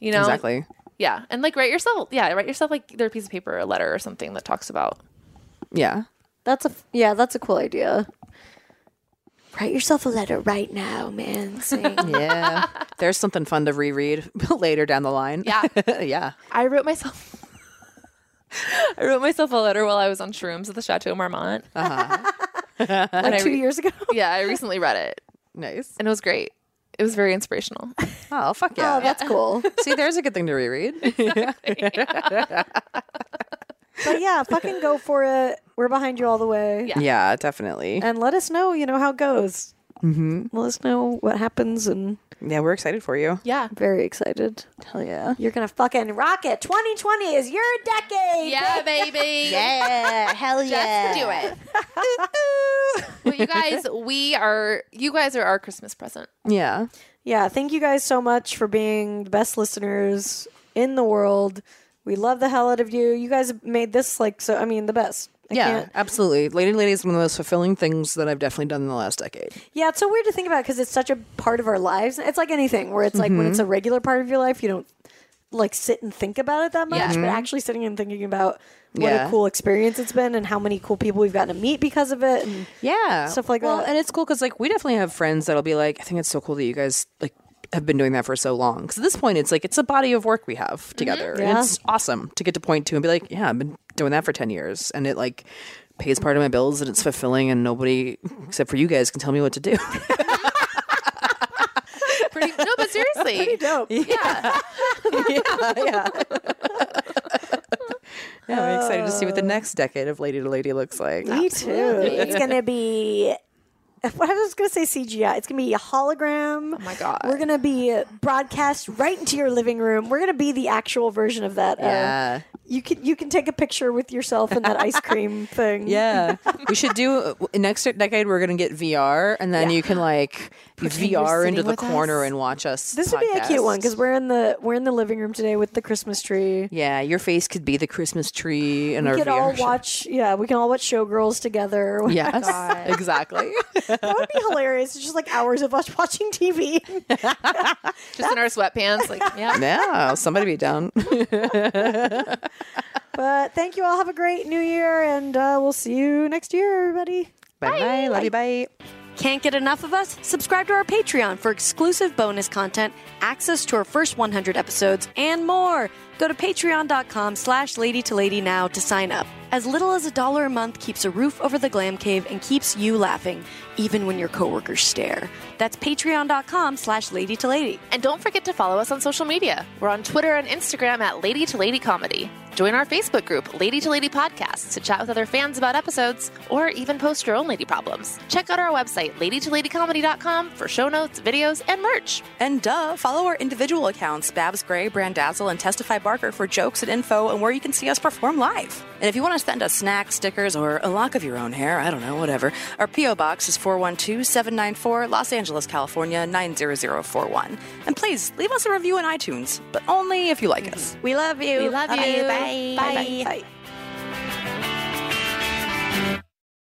You know?
Exactly.
Yeah, and like write yourself. Yeah, write yourself like either a piece of paper or a letter or something that talks about.
Yeah.
That's a f- yeah, that's a cool idea. Write yourself a letter right now, man. Saying,
*laughs*
*laughs*
Yeah. There's something fun to reread *laughs* later down the line.
*laughs* Yeah.
*laughs* yeah.
I wrote myself. *laughs* I wrote myself a letter while I was on shrooms at the Chateau *laughs* Marmont.
like
I
two
re-
years ago.
Yeah, I recently read it,
Nice.
and it was great. It was very inspirational.
Oh, fuck yeah.
Oh, that's cool.
See, there's a good thing to reread.
*laughs* But yeah, fucking go for it. We're behind you all the way.
Yeah.
yeah, definitely.
And let us know, you know, how it goes. Mm-hmm. Let us know what happens and
Yeah, we're excited for you.
Yeah.
very excited. Hell yeah. You're going to fucking rock it. 2020 is your decade.
*laughs* Yeah, baby.
Yeah. Hell
Let's do it. well, you guys, we are. You guys are our Christmas present.
Yeah.
Yeah. Thank you guys so much for being the best listeners in the world. We love the hell out of you. You guys have made this like so, I mean, the best. I
yeah,
can't-
absolutely. Lady Lady is one of the most fulfilling things that I've definitely done in the last decade.
Yeah, it's so weird to think about because it's such a part of our lives. It's like anything where it's like when it's a regular part of your life, you don't like sit and think about it that much,
Yeah.
but actually sitting and thinking about what
Yeah.
a cool experience it's been and how many cool people we've gotten to meet because of it. And
Yeah.
Stuff like
well,
that.
And it's cool because like we definitely have friends that'll be like, I think it's so cool that you guys like have been doing that for so long. Because at this point, it's like it's a body of work we have together, and
Mm-hmm. Yeah.
it's awesome to get to point to and be like, yeah, I've been doing that for ten years, and it like pays part of my bills, and it's fulfilling, and nobody except for you guys can tell me what to do. *laughs*
Pretty, no, but seriously. *laughs*
pretty *laughs* dope.
Yeah.
yeah, yeah. yeah, I'm excited to see what the next decade of Lady to Lady looks like.
Oh. Me too. It's gonna be. What I was gonna say CGI. It's gonna be a hologram. Oh
my God.
We're gonna be broadcast right into your living room. We're gonna be the actual version of that. uh,
Yeah.
you can you can take a picture with yourself in that ice cream thing.
Yeah, *laughs* we should do next decade. We're gonna get VR, and then you can like VR into
sitting
the
with
corner
us.
and watch us.
This would be a cute one
podcast.
because we're in the we're in the living room today with the Christmas tree.
yeah, your face could be the Christmas tree, and
We
our
could
VR
all
show.
watch. Oh Yeah, we can all watch Showgirls together. *laughs*
Yes, exactly.
that would be hilarious. It's just like hours of us *laughs* watching
*laughs*
TV.
Just in our sweatpants. Like, yeah.
yeah, somebody
*laughs*
be down.
But thank you all. Have a great New Year, and uh, we'll see you next year, everybody.
bye bye, love you, bye.
Can't get enough of us? Subscribe to our Patreon for exclusive bonus content, access to our first 100 episodes, and more. Go to patreon.com slash lady to lady now to sign up. As little as a dollar a month keeps a roof over the glam cave and keeps you laughing, even when your coworkers stare. That's patreon.com slash lady to lady.
And don't forget to follow us on social media. We're on Twitter and Instagram at Lady to Lady Comedy. Join our Facebook group, Lady to Lady Podcast, to chat with other fans about episodes or even post your own lady problems. Check out our website, ladytoladycomedy.com, for show notes, videos, and merch.
And duh, follow our individual accounts, Babs Gray, Brandazzle, and Testify Barker for jokes and info and where you can see us perform live. And if you want to send us snacks, stickers, or a lock of your own hair, I don't know, whatever, our P.O. Box is 412-794 Los Angeles, California, 90041. And please, leave
Mm-hmm.
us a review on iTunes, but only if you like us.
We love you.
We love you.
Bye.
Bye.
Bye.